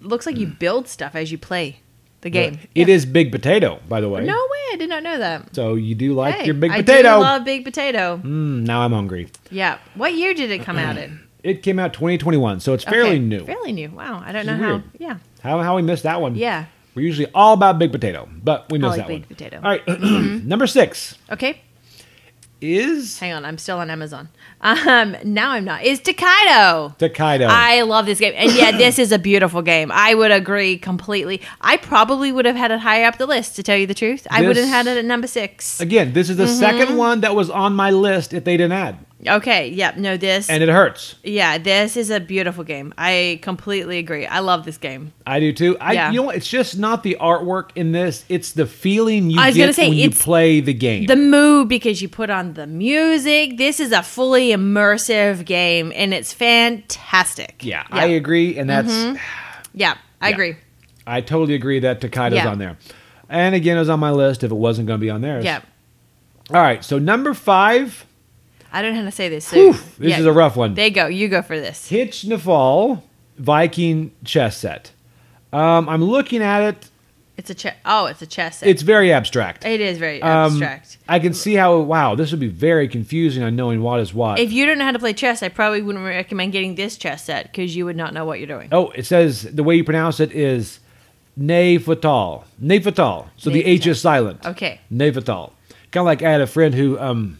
Speaker 2: looks like you
Speaker 1: Hmm.
Speaker 2: build stuff as you play the game.
Speaker 1: It is big potato, by the way.
Speaker 2: No way! I did not know that.
Speaker 1: So you do like
Speaker 2: Hey,
Speaker 1: your big
Speaker 2: I do
Speaker 1: potato.
Speaker 2: love big potato.
Speaker 1: Mm, now I'm hungry.
Speaker 2: Yeah. What year did it come out in?
Speaker 1: It came out 2021, so it's fairly
Speaker 2: Okay,
Speaker 1: new.
Speaker 2: Fairly new. Wow. I don't know
Speaker 1: is
Speaker 2: how.
Speaker 1: weird. Hmm.
Speaker 2: Yeah.
Speaker 1: How how we missed that one?
Speaker 2: Yeah.
Speaker 1: We're usually all about big potato, but we missed
Speaker 2: like
Speaker 1: that
Speaker 2: big
Speaker 1: one.
Speaker 2: potato. Mm-hmm.
Speaker 1: All right, number six
Speaker 2: Okay.
Speaker 1: is
Speaker 2: Hang on. I'm still on Amazon. Um. Now I'm not. Is
Speaker 1: Oh.
Speaker 2: Takedo.
Speaker 1: Takedo.
Speaker 2: I love this game. And yeah, this is a beautiful game. I would agree completely. I probably would have had it higher up the list, to tell you the truth. I would have
Speaker 1: This-
Speaker 2: had it at number six.
Speaker 1: Again, this is the
Speaker 2: Mm-hmm.
Speaker 1: second one that was on my list if they didn't add,
Speaker 2: Okay. Yep. No, this.
Speaker 1: and it hurts.
Speaker 2: yeah, this is a beautiful game. I completely agree. I love this game.
Speaker 1: I do too. I
Speaker 2: Yeah.
Speaker 1: you know what? It's just not the artwork in this; it's the feeling you
Speaker 2: I was
Speaker 1: get
Speaker 2: gonna say,
Speaker 1: when you
Speaker 2: it's
Speaker 1: play the game.
Speaker 2: The mood because you put on the music. This is a fully immersive game and it's fantastic.
Speaker 1: yeah,
Speaker 2: Yeah. Mm-hmm.
Speaker 1: I agree, and that's
Speaker 2: Yeah, I
Speaker 1: Yeah.
Speaker 2: agree.
Speaker 1: I totally agree that Takeda's
Speaker 2: Yeah.
Speaker 1: on there. And again, it was on my list if it wasn't going to be on theirs.
Speaker 2: Yeah.
Speaker 1: All right, so number five.
Speaker 2: I don't know how to say this. So
Speaker 1: Whew, this
Speaker 2: yeah.
Speaker 1: is a rough one.
Speaker 2: There you go. You go for this.
Speaker 1: Hitch Nafal Viking chess set. Um, I'm looking at it.
Speaker 2: It's a chess. Oh, it's a chess. Set.
Speaker 1: It's very abstract.
Speaker 2: It is very
Speaker 1: Um,
Speaker 2: abstract.
Speaker 1: I can see how. Wow, this would be very confusing on knowing what is what.
Speaker 2: If you don't know how to play chess, I probably wouldn't recommend getting this chess set because you would not know what you're doing.
Speaker 1: oh, it says the way you pronounce it is Nefatal. Nefatal. So the H is silent.
Speaker 2: Okay.
Speaker 1: Nefatal. Kind of like I had a friend who, um,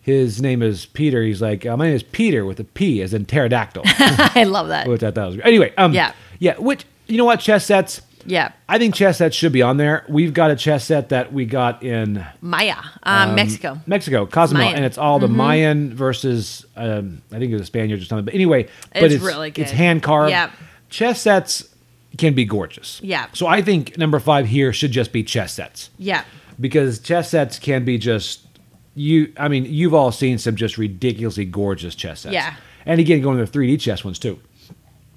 Speaker 1: his name is Peter. He's like, uh, my name is Peter with a P as in pterodactyl,
Speaker 2: I love that.
Speaker 1: which I thought was great. Anyway, um,
Speaker 2: Yeah.
Speaker 1: yeah. Which you know what chess sets.
Speaker 2: Yeah.
Speaker 1: I think chess sets should be on there. We've got a chess set that we got in
Speaker 2: Maya, um, Mexico.
Speaker 1: Mexico, Cozumel,
Speaker 2: Mayan. Mm-hmm.
Speaker 1: and it's all the Mayan versus um, I think it was Spaniards or something. But anyway, but
Speaker 2: It's
Speaker 1: it's
Speaker 2: really good.
Speaker 1: It's hand carved.
Speaker 2: Yep.
Speaker 1: Chess sets can be gorgeous.
Speaker 2: Yeah.
Speaker 1: So I think number five here should just be chess sets
Speaker 2: Yeah.
Speaker 1: because chess sets can be just you. I mean, you've all seen some just ridiculously gorgeous chess sets.
Speaker 2: Yeah.
Speaker 1: And again, going to the 3D chess ones too,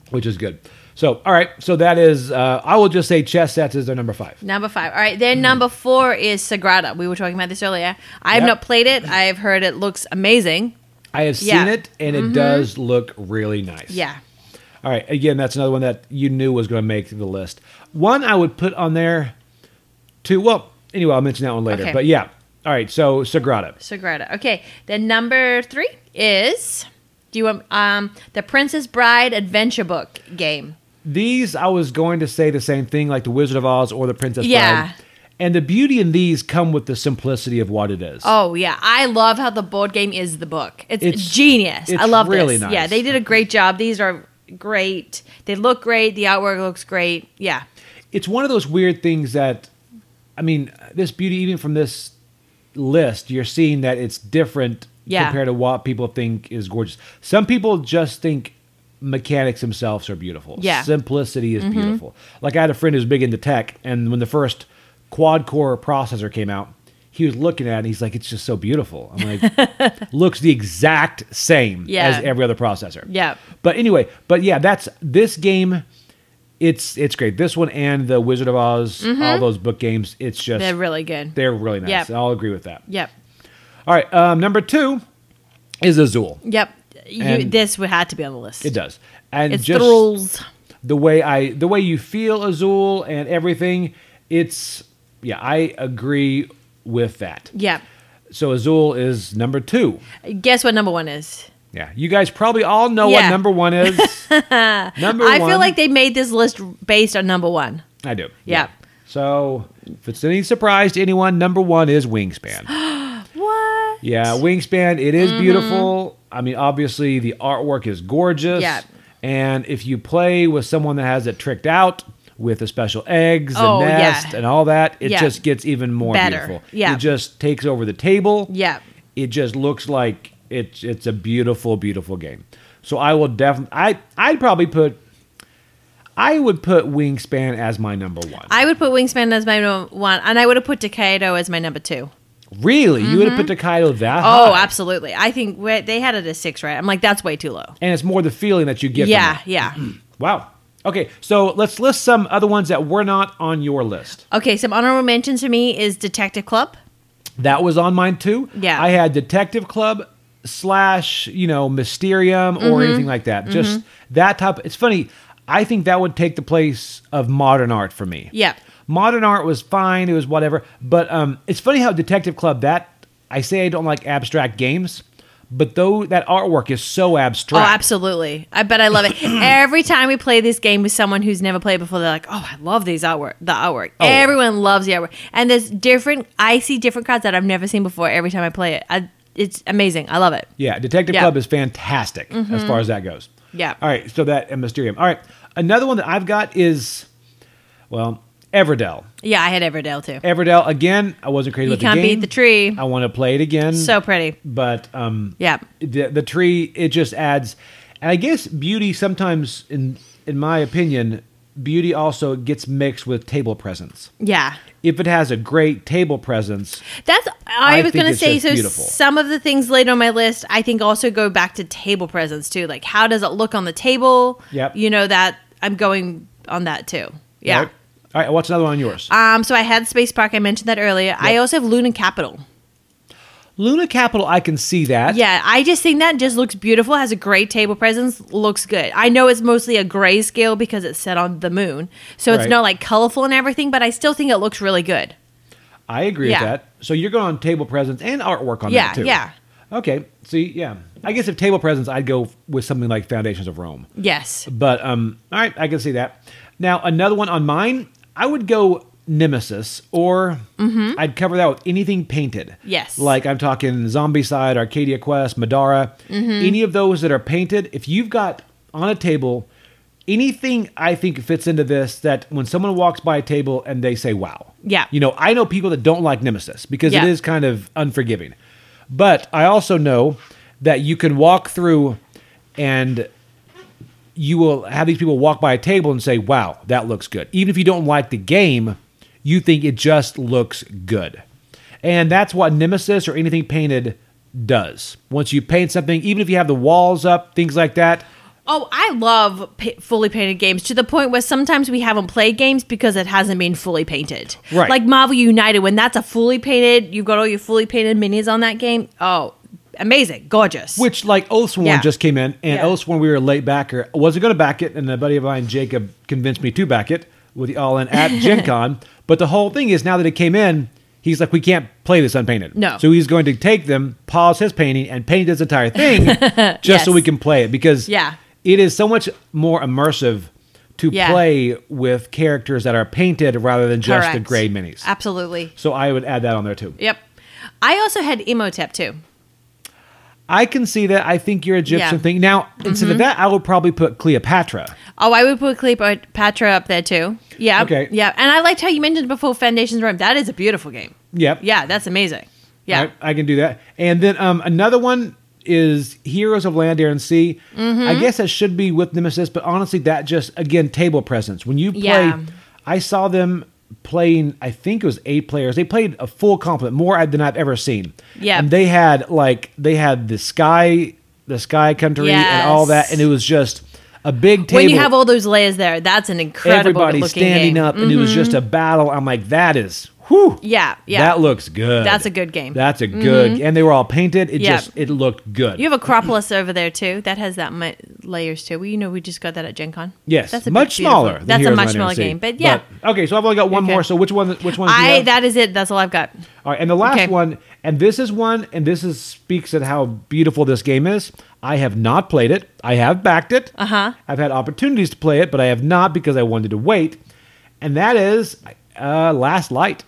Speaker 1: which is good. So all right, so that is uh, I will just say chess sets is their number five.
Speaker 2: Number five. All right. Then number four is Sagrada. We were talking about this earlier. I have
Speaker 1: Yep.
Speaker 2: not played it. I've heard it looks amazing.
Speaker 1: I have seen
Speaker 2: Yeah. Mm-hmm.
Speaker 1: it, and it does look really nice.
Speaker 2: Yeah.
Speaker 1: All right. Again, that's another one that you knew was going to make the list. One I would put on there. Two. Well, anyway, I'll mention that one later.
Speaker 2: Okay.
Speaker 1: But yeah. All right. So Sagrada.
Speaker 2: Sagrada. Okay. Then number three is do you want um the Princess Bride adventure book game?
Speaker 1: These I was going to say the same thing, like the Wizard of Oz or the Princess
Speaker 2: Yeah.
Speaker 1: Bride. And the beauty in these come with the simplicity of what it is.
Speaker 2: Oh yeah, I love how the board game is the book. It's,
Speaker 1: It's-
Speaker 2: genius.
Speaker 1: it's
Speaker 2: I love
Speaker 1: really
Speaker 2: this.
Speaker 1: nice.
Speaker 2: Yeah, they did a great job. These are great. They look great. The artwork looks great. Yeah.
Speaker 1: It's one of those weird things that, I mean, this beauty even from this list, you're seeing that it's different
Speaker 2: Yeah.
Speaker 1: compared to what people think is gorgeous. Some people just think mechanics themselves are beautiful.
Speaker 2: Yeah. Mm-hmm.
Speaker 1: Simplicity is beautiful. Like I had a friend who's big into tech, and when the first quad core processor came out, he was looking at it and he's like, it's just so beautiful. I'm like, looks the exact same
Speaker 2: Yeah.
Speaker 1: as every other processor.
Speaker 2: Yeah.
Speaker 1: But anyway, but yeah, that's this game. It's it's great. This one and the Wizard of Oz, all those book games. It's just
Speaker 2: Mm-hmm. They're really good.
Speaker 1: they're really nice.
Speaker 2: Yep.
Speaker 1: I'll agree with that.
Speaker 2: yep.
Speaker 1: All right, um, number two is Azul.
Speaker 2: Yep. You,
Speaker 1: And-
Speaker 2: this would have to be on the list.
Speaker 1: It does, and
Speaker 2: It's
Speaker 1: just
Speaker 2: the rules.
Speaker 1: the way I the way you feel Azul and everything. It's yeah, I agree with that.
Speaker 2: Yep.
Speaker 1: So Azul is number two.
Speaker 2: Guess what number one is?
Speaker 1: Yeah, you guys probably all know
Speaker 2: Yeah.
Speaker 1: what number one is. number
Speaker 2: I
Speaker 1: one,
Speaker 2: feel like they made this list based on number one.
Speaker 1: I do.
Speaker 2: Yeah.
Speaker 1: So, if it's any surprise to anyone, number one is Wingspan.
Speaker 2: What?
Speaker 1: yeah, Wingspan. It
Speaker 2: Mm-hmm.
Speaker 1: is beautiful. I mean, obviously the artwork is gorgeous.
Speaker 2: Yeah.
Speaker 1: And if you play with someone that has it tricked out with the special eggs and
Speaker 2: Oh, yeah.
Speaker 1: nest and all that, it
Speaker 2: Yeah.
Speaker 1: just gets even more
Speaker 2: Better.
Speaker 1: beautiful.
Speaker 2: Yeah.
Speaker 1: It just takes over the table.
Speaker 2: Yeah.
Speaker 1: It just looks like it's it's a beautiful, beautiful game. So I will definitely. I I'd probably put. I would put Wingspan as my number one.
Speaker 2: I would put Wingspan as my number one, and I would have put Takedo as my number two.
Speaker 1: Really? You would have put Takedo that
Speaker 2: Oh,
Speaker 1: high?
Speaker 2: absolutely. I think we- they had it at six, right? I'm like, that's way too low.
Speaker 1: And it's more the feeling that you get. from
Speaker 2: Yeah,
Speaker 1: it.
Speaker 2: yeah.
Speaker 1: Wow. Okay, so let's list some other ones that were not on your list.
Speaker 2: Okay, some honorable mentions for me is Detective Club.
Speaker 1: That was on mine too.
Speaker 2: Yeah.
Speaker 1: I had Detective Club, slash you know Mysterium or
Speaker 2: Mm-hmm.
Speaker 1: anything like that. Just that type. It's funny. I think that would take the place of modern art for me.
Speaker 2: Yeah.
Speaker 1: Modern art was fine. It was whatever. But um, it's funny how Detective Club that I say I don't like abstract games, but though that artwork is so
Speaker 2: Oh,
Speaker 1: abstract.
Speaker 2: absolutely. I bet I love it. Every time we play this game with someone who's never played before, they're like, "Oh, I love these artwork. The artwork.
Speaker 1: Oh.
Speaker 2: Everyone loves the artwork." And there's different. I see different cards that I've never seen before every time I play it. I, it's amazing. I love it.
Speaker 1: Yeah, Detective
Speaker 2: Yeah. Mm-hmm.
Speaker 1: Club is fantastic as far as that goes.
Speaker 2: Yeah.
Speaker 1: All right, so that and Mysterium. All right, another one that I've got is, well, Everdell.
Speaker 2: Yeah, I had Everdale too.
Speaker 1: Everdell again. I wasn't crazy
Speaker 2: You
Speaker 1: about the
Speaker 2: can't
Speaker 1: game.
Speaker 2: beat the tree.
Speaker 1: I want to play it again.
Speaker 2: So pretty.
Speaker 1: but um,
Speaker 2: Yeah.
Speaker 1: the the tree it just adds, and I guess beauty sometimes in in my opinion, beauty also gets mixed with table presence.
Speaker 2: Yeah.
Speaker 1: If it has a great table presence,
Speaker 2: That's I,
Speaker 1: I
Speaker 2: was
Speaker 1: think
Speaker 2: gonna
Speaker 1: it's
Speaker 2: say.
Speaker 1: just
Speaker 2: So
Speaker 1: beautiful.
Speaker 2: some of the things laid on my list, I think, also go back to table presence too. Like how does it look on the table?
Speaker 1: Yep.
Speaker 2: You know that I'm going on that too. Yeah.
Speaker 1: Right? All right, what's another one on yours?
Speaker 2: Um. So I had Space Park. I mentioned that earlier. I also have Luna Capital.
Speaker 1: Luna Capital, I can see that.
Speaker 2: Yeah, I just think that just looks beautiful. Has a great table presence. Looks good. I know it's mostly a grayscale because it's set on the moon, so it's
Speaker 1: Right.
Speaker 2: not like colorful and everything. But I still think it looks really good.
Speaker 1: I agree
Speaker 2: Yeah.
Speaker 1: with that. So you're going on table presence and artwork on
Speaker 2: Yeah,
Speaker 1: that too.
Speaker 2: yeah.
Speaker 1: Okay. See, yeah. I guess if table presence, I'd go with something like Foundations of Rome.
Speaker 2: Yes.
Speaker 1: But um, all right, I can see that. Now another one on mine, I would go Nemesis, or I'd cover that with anything painted.
Speaker 2: Mm-hmm. Yes.
Speaker 1: like I'm talking Zombie Side, Arcadia Quest, Madara,
Speaker 2: Mm-hmm.
Speaker 1: any of those that are painted. If you've got on a table anything, I think fits into this. That when someone walks by a table and they say, "Wow,"
Speaker 2: Yeah.
Speaker 1: you know, I know people that don't like Nemesis because
Speaker 2: Yeah.
Speaker 1: it is kind of unforgiving. But I also know that you can walk through and you will have these people walk by a table and say, wow, that looks good. Even if you don't like the game, you think it just looks good. And that's what Nemesis or anything painted does. Once you paint something, even if you have the walls up, things like that,
Speaker 2: Oh, I love pa- fully painted games to the point where sometimes we haven't played games because it hasn't been fully painted.
Speaker 1: Right.
Speaker 2: Like Marvel United, when that's a fully painted, you've got all your fully painted minis on that game. Oh, amazing, gorgeous.
Speaker 1: Which like Oathsworn
Speaker 2: Yeah.
Speaker 1: just came in, and
Speaker 2: Yeah.
Speaker 1: Oathsworn we were a late backer. I wasn't going to back it, and a buddy of mine, Jacob, convinced me to back it with the all in at Gen Con. But the whole thing is now that it came in, he's like, we can't play this unpainted.
Speaker 2: No.
Speaker 1: So he's going to take them, pause his painting, and paint this entire thing just so
Speaker 2: Yes.
Speaker 1: we can play it because
Speaker 2: Yeah.
Speaker 1: it is so much more immersive to
Speaker 2: Yeah.
Speaker 1: play with characters that are painted rather than just the
Speaker 2: Correct.
Speaker 1: gray minis.
Speaker 2: Absolutely.
Speaker 1: so I would add that on there too.
Speaker 2: Yep. I also had Emotep too.
Speaker 1: I can see that. I think your Egyptian
Speaker 2: Yeah. Mm-hmm.
Speaker 1: thing. Now, instead of that, I would probably put Cleopatra.
Speaker 2: Oh, I would put Cleopatra up there too. Yeah.
Speaker 1: Okay.
Speaker 2: Yeah. And I liked how you mentioned before Foundations Rome. That is a beautiful game.
Speaker 1: Yep.
Speaker 2: Yeah, that's amazing. Yeah.
Speaker 1: I, I can do that. And then um, another one is Heroes of Land, Air, and Sea.
Speaker 2: Mm-hmm.
Speaker 1: I guess that should be with Nemesis, but honestly, that just, again, table presence. When you play,
Speaker 2: Yeah.
Speaker 1: I saw them playing, I think it was eight players. They played a full complement, more than I've ever seen.
Speaker 2: Yep.
Speaker 1: And they had, like, they had the sky, the sky country and all that.
Speaker 2: Yes.
Speaker 1: And it was just a big table.
Speaker 2: When you have all those layers there, that's an incredible
Speaker 1: everybody
Speaker 2: looking
Speaker 1: standing
Speaker 2: game. Mm. Mm-hmm.
Speaker 1: up, and it was just a battle. I'm like, that is, whew.
Speaker 2: Yeah, yeah.
Speaker 1: That looks good.
Speaker 2: That's a good game. Mm-hmm.
Speaker 1: That's a good, and they were all painted. It
Speaker 2: Yeah.
Speaker 1: just it looked good.
Speaker 2: You have Acropolis over there too. That has that mu- layers too. Well, you know, we just got that at Gen Con.
Speaker 1: yes,
Speaker 2: that's
Speaker 1: much
Speaker 2: bit beautiful.
Speaker 1: smaller. than
Speaker 2: That's
Speaker 1: Heroes
Speaker 2: a
Speaker 1: of
Speaker 2: much
Speaker 1: Might and
Speaker 2: smaller
Speaker 1: Sea.
Speaker 2: game, but yeah,
Speaker 1: But- okay, so I've only got one
Speaker 2: Okay.
Speaker 1: more. So which one? Which one?
Speaker 2: I that is it. That's all I've got.
Speaker 1: all right, and the last
Speaker 2: okay.
Speaker 1: one, and this is one, and this is speaks at how beautiful this game is. I have not played it. I have backed it. Uh
Speaker 2: Uh-huh.
Speaker 1: huh. I've had opportunities to play it, but I have not because I wanted to wait. And that is uh, Last Light.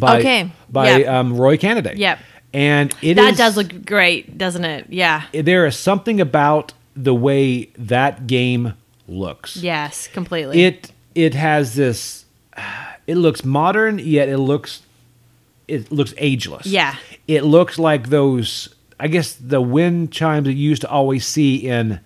Speaker 1: By,
Speaker 2: Okay.
Speaker 1: By
Speaker 2: Yep.
Speaker 1: um, Roy Canaday.
Speaker 2: Yep.
Speaker 1: And it
Speaker 2: That
Speaker 1: is-
Speaker 2: does look great, doesn't it? Yeah.
Speaker 1: there is something about the way that game looks.
Speaker 2: Yes, completely.
Speaker 1: It it has this it looks modern yet it looks it looks ageless.
Speaker 2: Yeah.
Speaker 1: It looks like those I guess the wind chimes that you used to always see in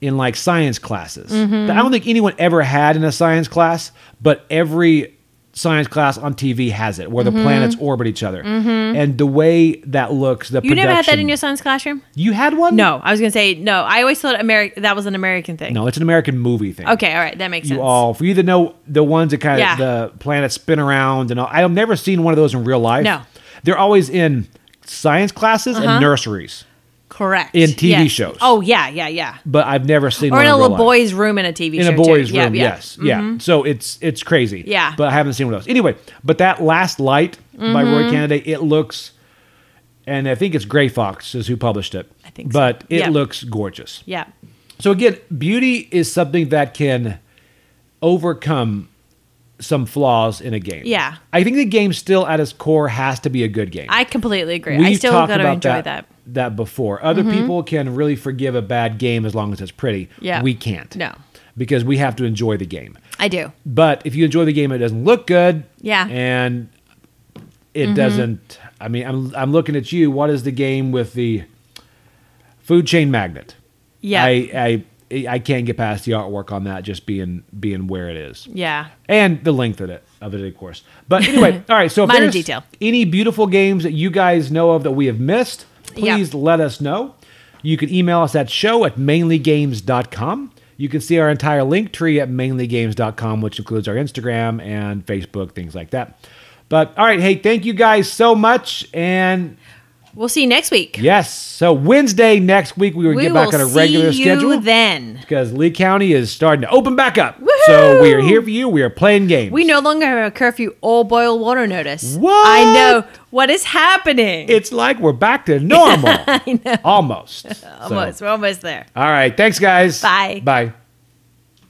Speaker 1: in like science classes.
Speaker 2: Mm-hmm.
Speaker 1: That I don't think anyone ever had in a science class, but every science class on TV has it where
Speaker 2: Mm-hmm.
Speaker 1: the planets orbit each other. And the way that looks, the
Speaker 2: you never had that
Speaker 1: production-
Speaker 2: in your son's classroom?
Speaker 1: You had one?
Speaker 2: No, I was gonna say no. I always thought Ameri- that was an American thing.
Speaker 1: No, it's an American movie thing.
Speaker 2: Okay, all right, that makes
Speaker 1: you
Speaker 2: sense.
Speaker 1: all for you to know the ones that kind of
Speaker 2: Yeah.
Speaker 1: the planets spin around and all. I've never seen one of those in real life.
Speaker 2: No. Uh-huh.
Speaker 1: they're always in science classes and nurseries.
Speaker 2: Correct.
Speaker 1: in TV
Speaker 2: Yes.
Speaker 1: shows.
Speaker 2: Oh yeah, yeah, yeah.
Speaker 1: but I've never seen
Speaker 2: Or
Speaker 1: one
Speaker 2: in a
Speaker 1: real
Speaker 2: little
Speaker 1: life.
Speaker 2: boy's room in a TV
Speaker 1: in
Speaker 2: show.
Speaker 1: a boy's
Speaker 2: too. Yeah,
Speaker 1: room.
Speaker 2: yeah. Mm-hmm.
Speaker 1: Yes, yeah. So it's it's crazy.
Speaker 2: Yeah.
Speaker 1: but I haven't seen one of those. Anyway, but that last light by
Speaker 2: Mm-hmm.
Speaker 1: Roy Canaday, it looks, and I think it's Gray Fox is who published it. I
Speaker 2: think so.
Speaker 1: but it
Speaker 2: Yeah.
Speaker 1: looks gorgeous.
Speaker 2: Yeah.
Speaker 1: So again, beauty is something that can overcome some flaws in a game.
Speaker 2: Yeah.
Speaker 1: I think the game still at its core has to be a good game.
Speaker 2: I completely agree. I
Speaker 1: We've
Speaker 2: still
Speaker 1: talked
Speaker 2: got to
Speaker 1: about
Speaker 2: enjoy that. Mm-hmm.
Speaker 1: that before. Other people can really forgive a bad game as long as it's pretty.
Speaker 2: Yeah.
Speaker 1: We can't.
Speaker 2: No.
Speaker 1: Because we have to enjoy the game.
Speaker 2: I do.
Speaker 1: But if you enjoy the game, it doesn't look good.
Speaker 2: Yeah. Mm-hmm.
Speaker 1: And it doesn't. I mean, I'm I'm looking at you. What is the game with the food chain magnet?
Speaker 2: Yeah.
Speaker 1: I I I can't get past the artwork on that just being being where it is.
Speaker 2: Yeah.
Speaker 1: And the length of it of it, of course. But anyway, all right. So if
Speaker 2: Minor
Speaker 1: there's
Speaker 2: detail.
Speaker 1: any beautiful games that you guys know of that we have missed,
Speaker 2: Yeah.
Speaker 1: please let us know. You can email us at show at mainlygames.com. You can see our entire link tree at mainlygames.com, which includes our Instagram and Facebook, things like that. But all right, hey, thank you guys so much. And
Speaker 2: We'll see you next week.
Speaker 1: yes, so Wednesday next week we will
Speaker 2: we
Speaker 1: get back on
Speaker 2: will
Speaker 1: a regular
Speaker 2: see you
Speaker 1: schedule
Speaker 2: then.
Speaker 1: because Lee County is starting to open back up. So we are
Speaker 2: Woohoo!
Speaker 1: here for you. We are playing games.
Speaker 2: We no longer have a curfew or boil water notice.
Speaker 1: What?
Speaker 2: I know what is happening.
Speaker 1: It's like we're back to normal. Almost. So,
Speaker 2: almost, we're almost there.
Speaker 1: all right. Thanks, guys.
Speaker 2: Bye.
Speaker 1: Bye.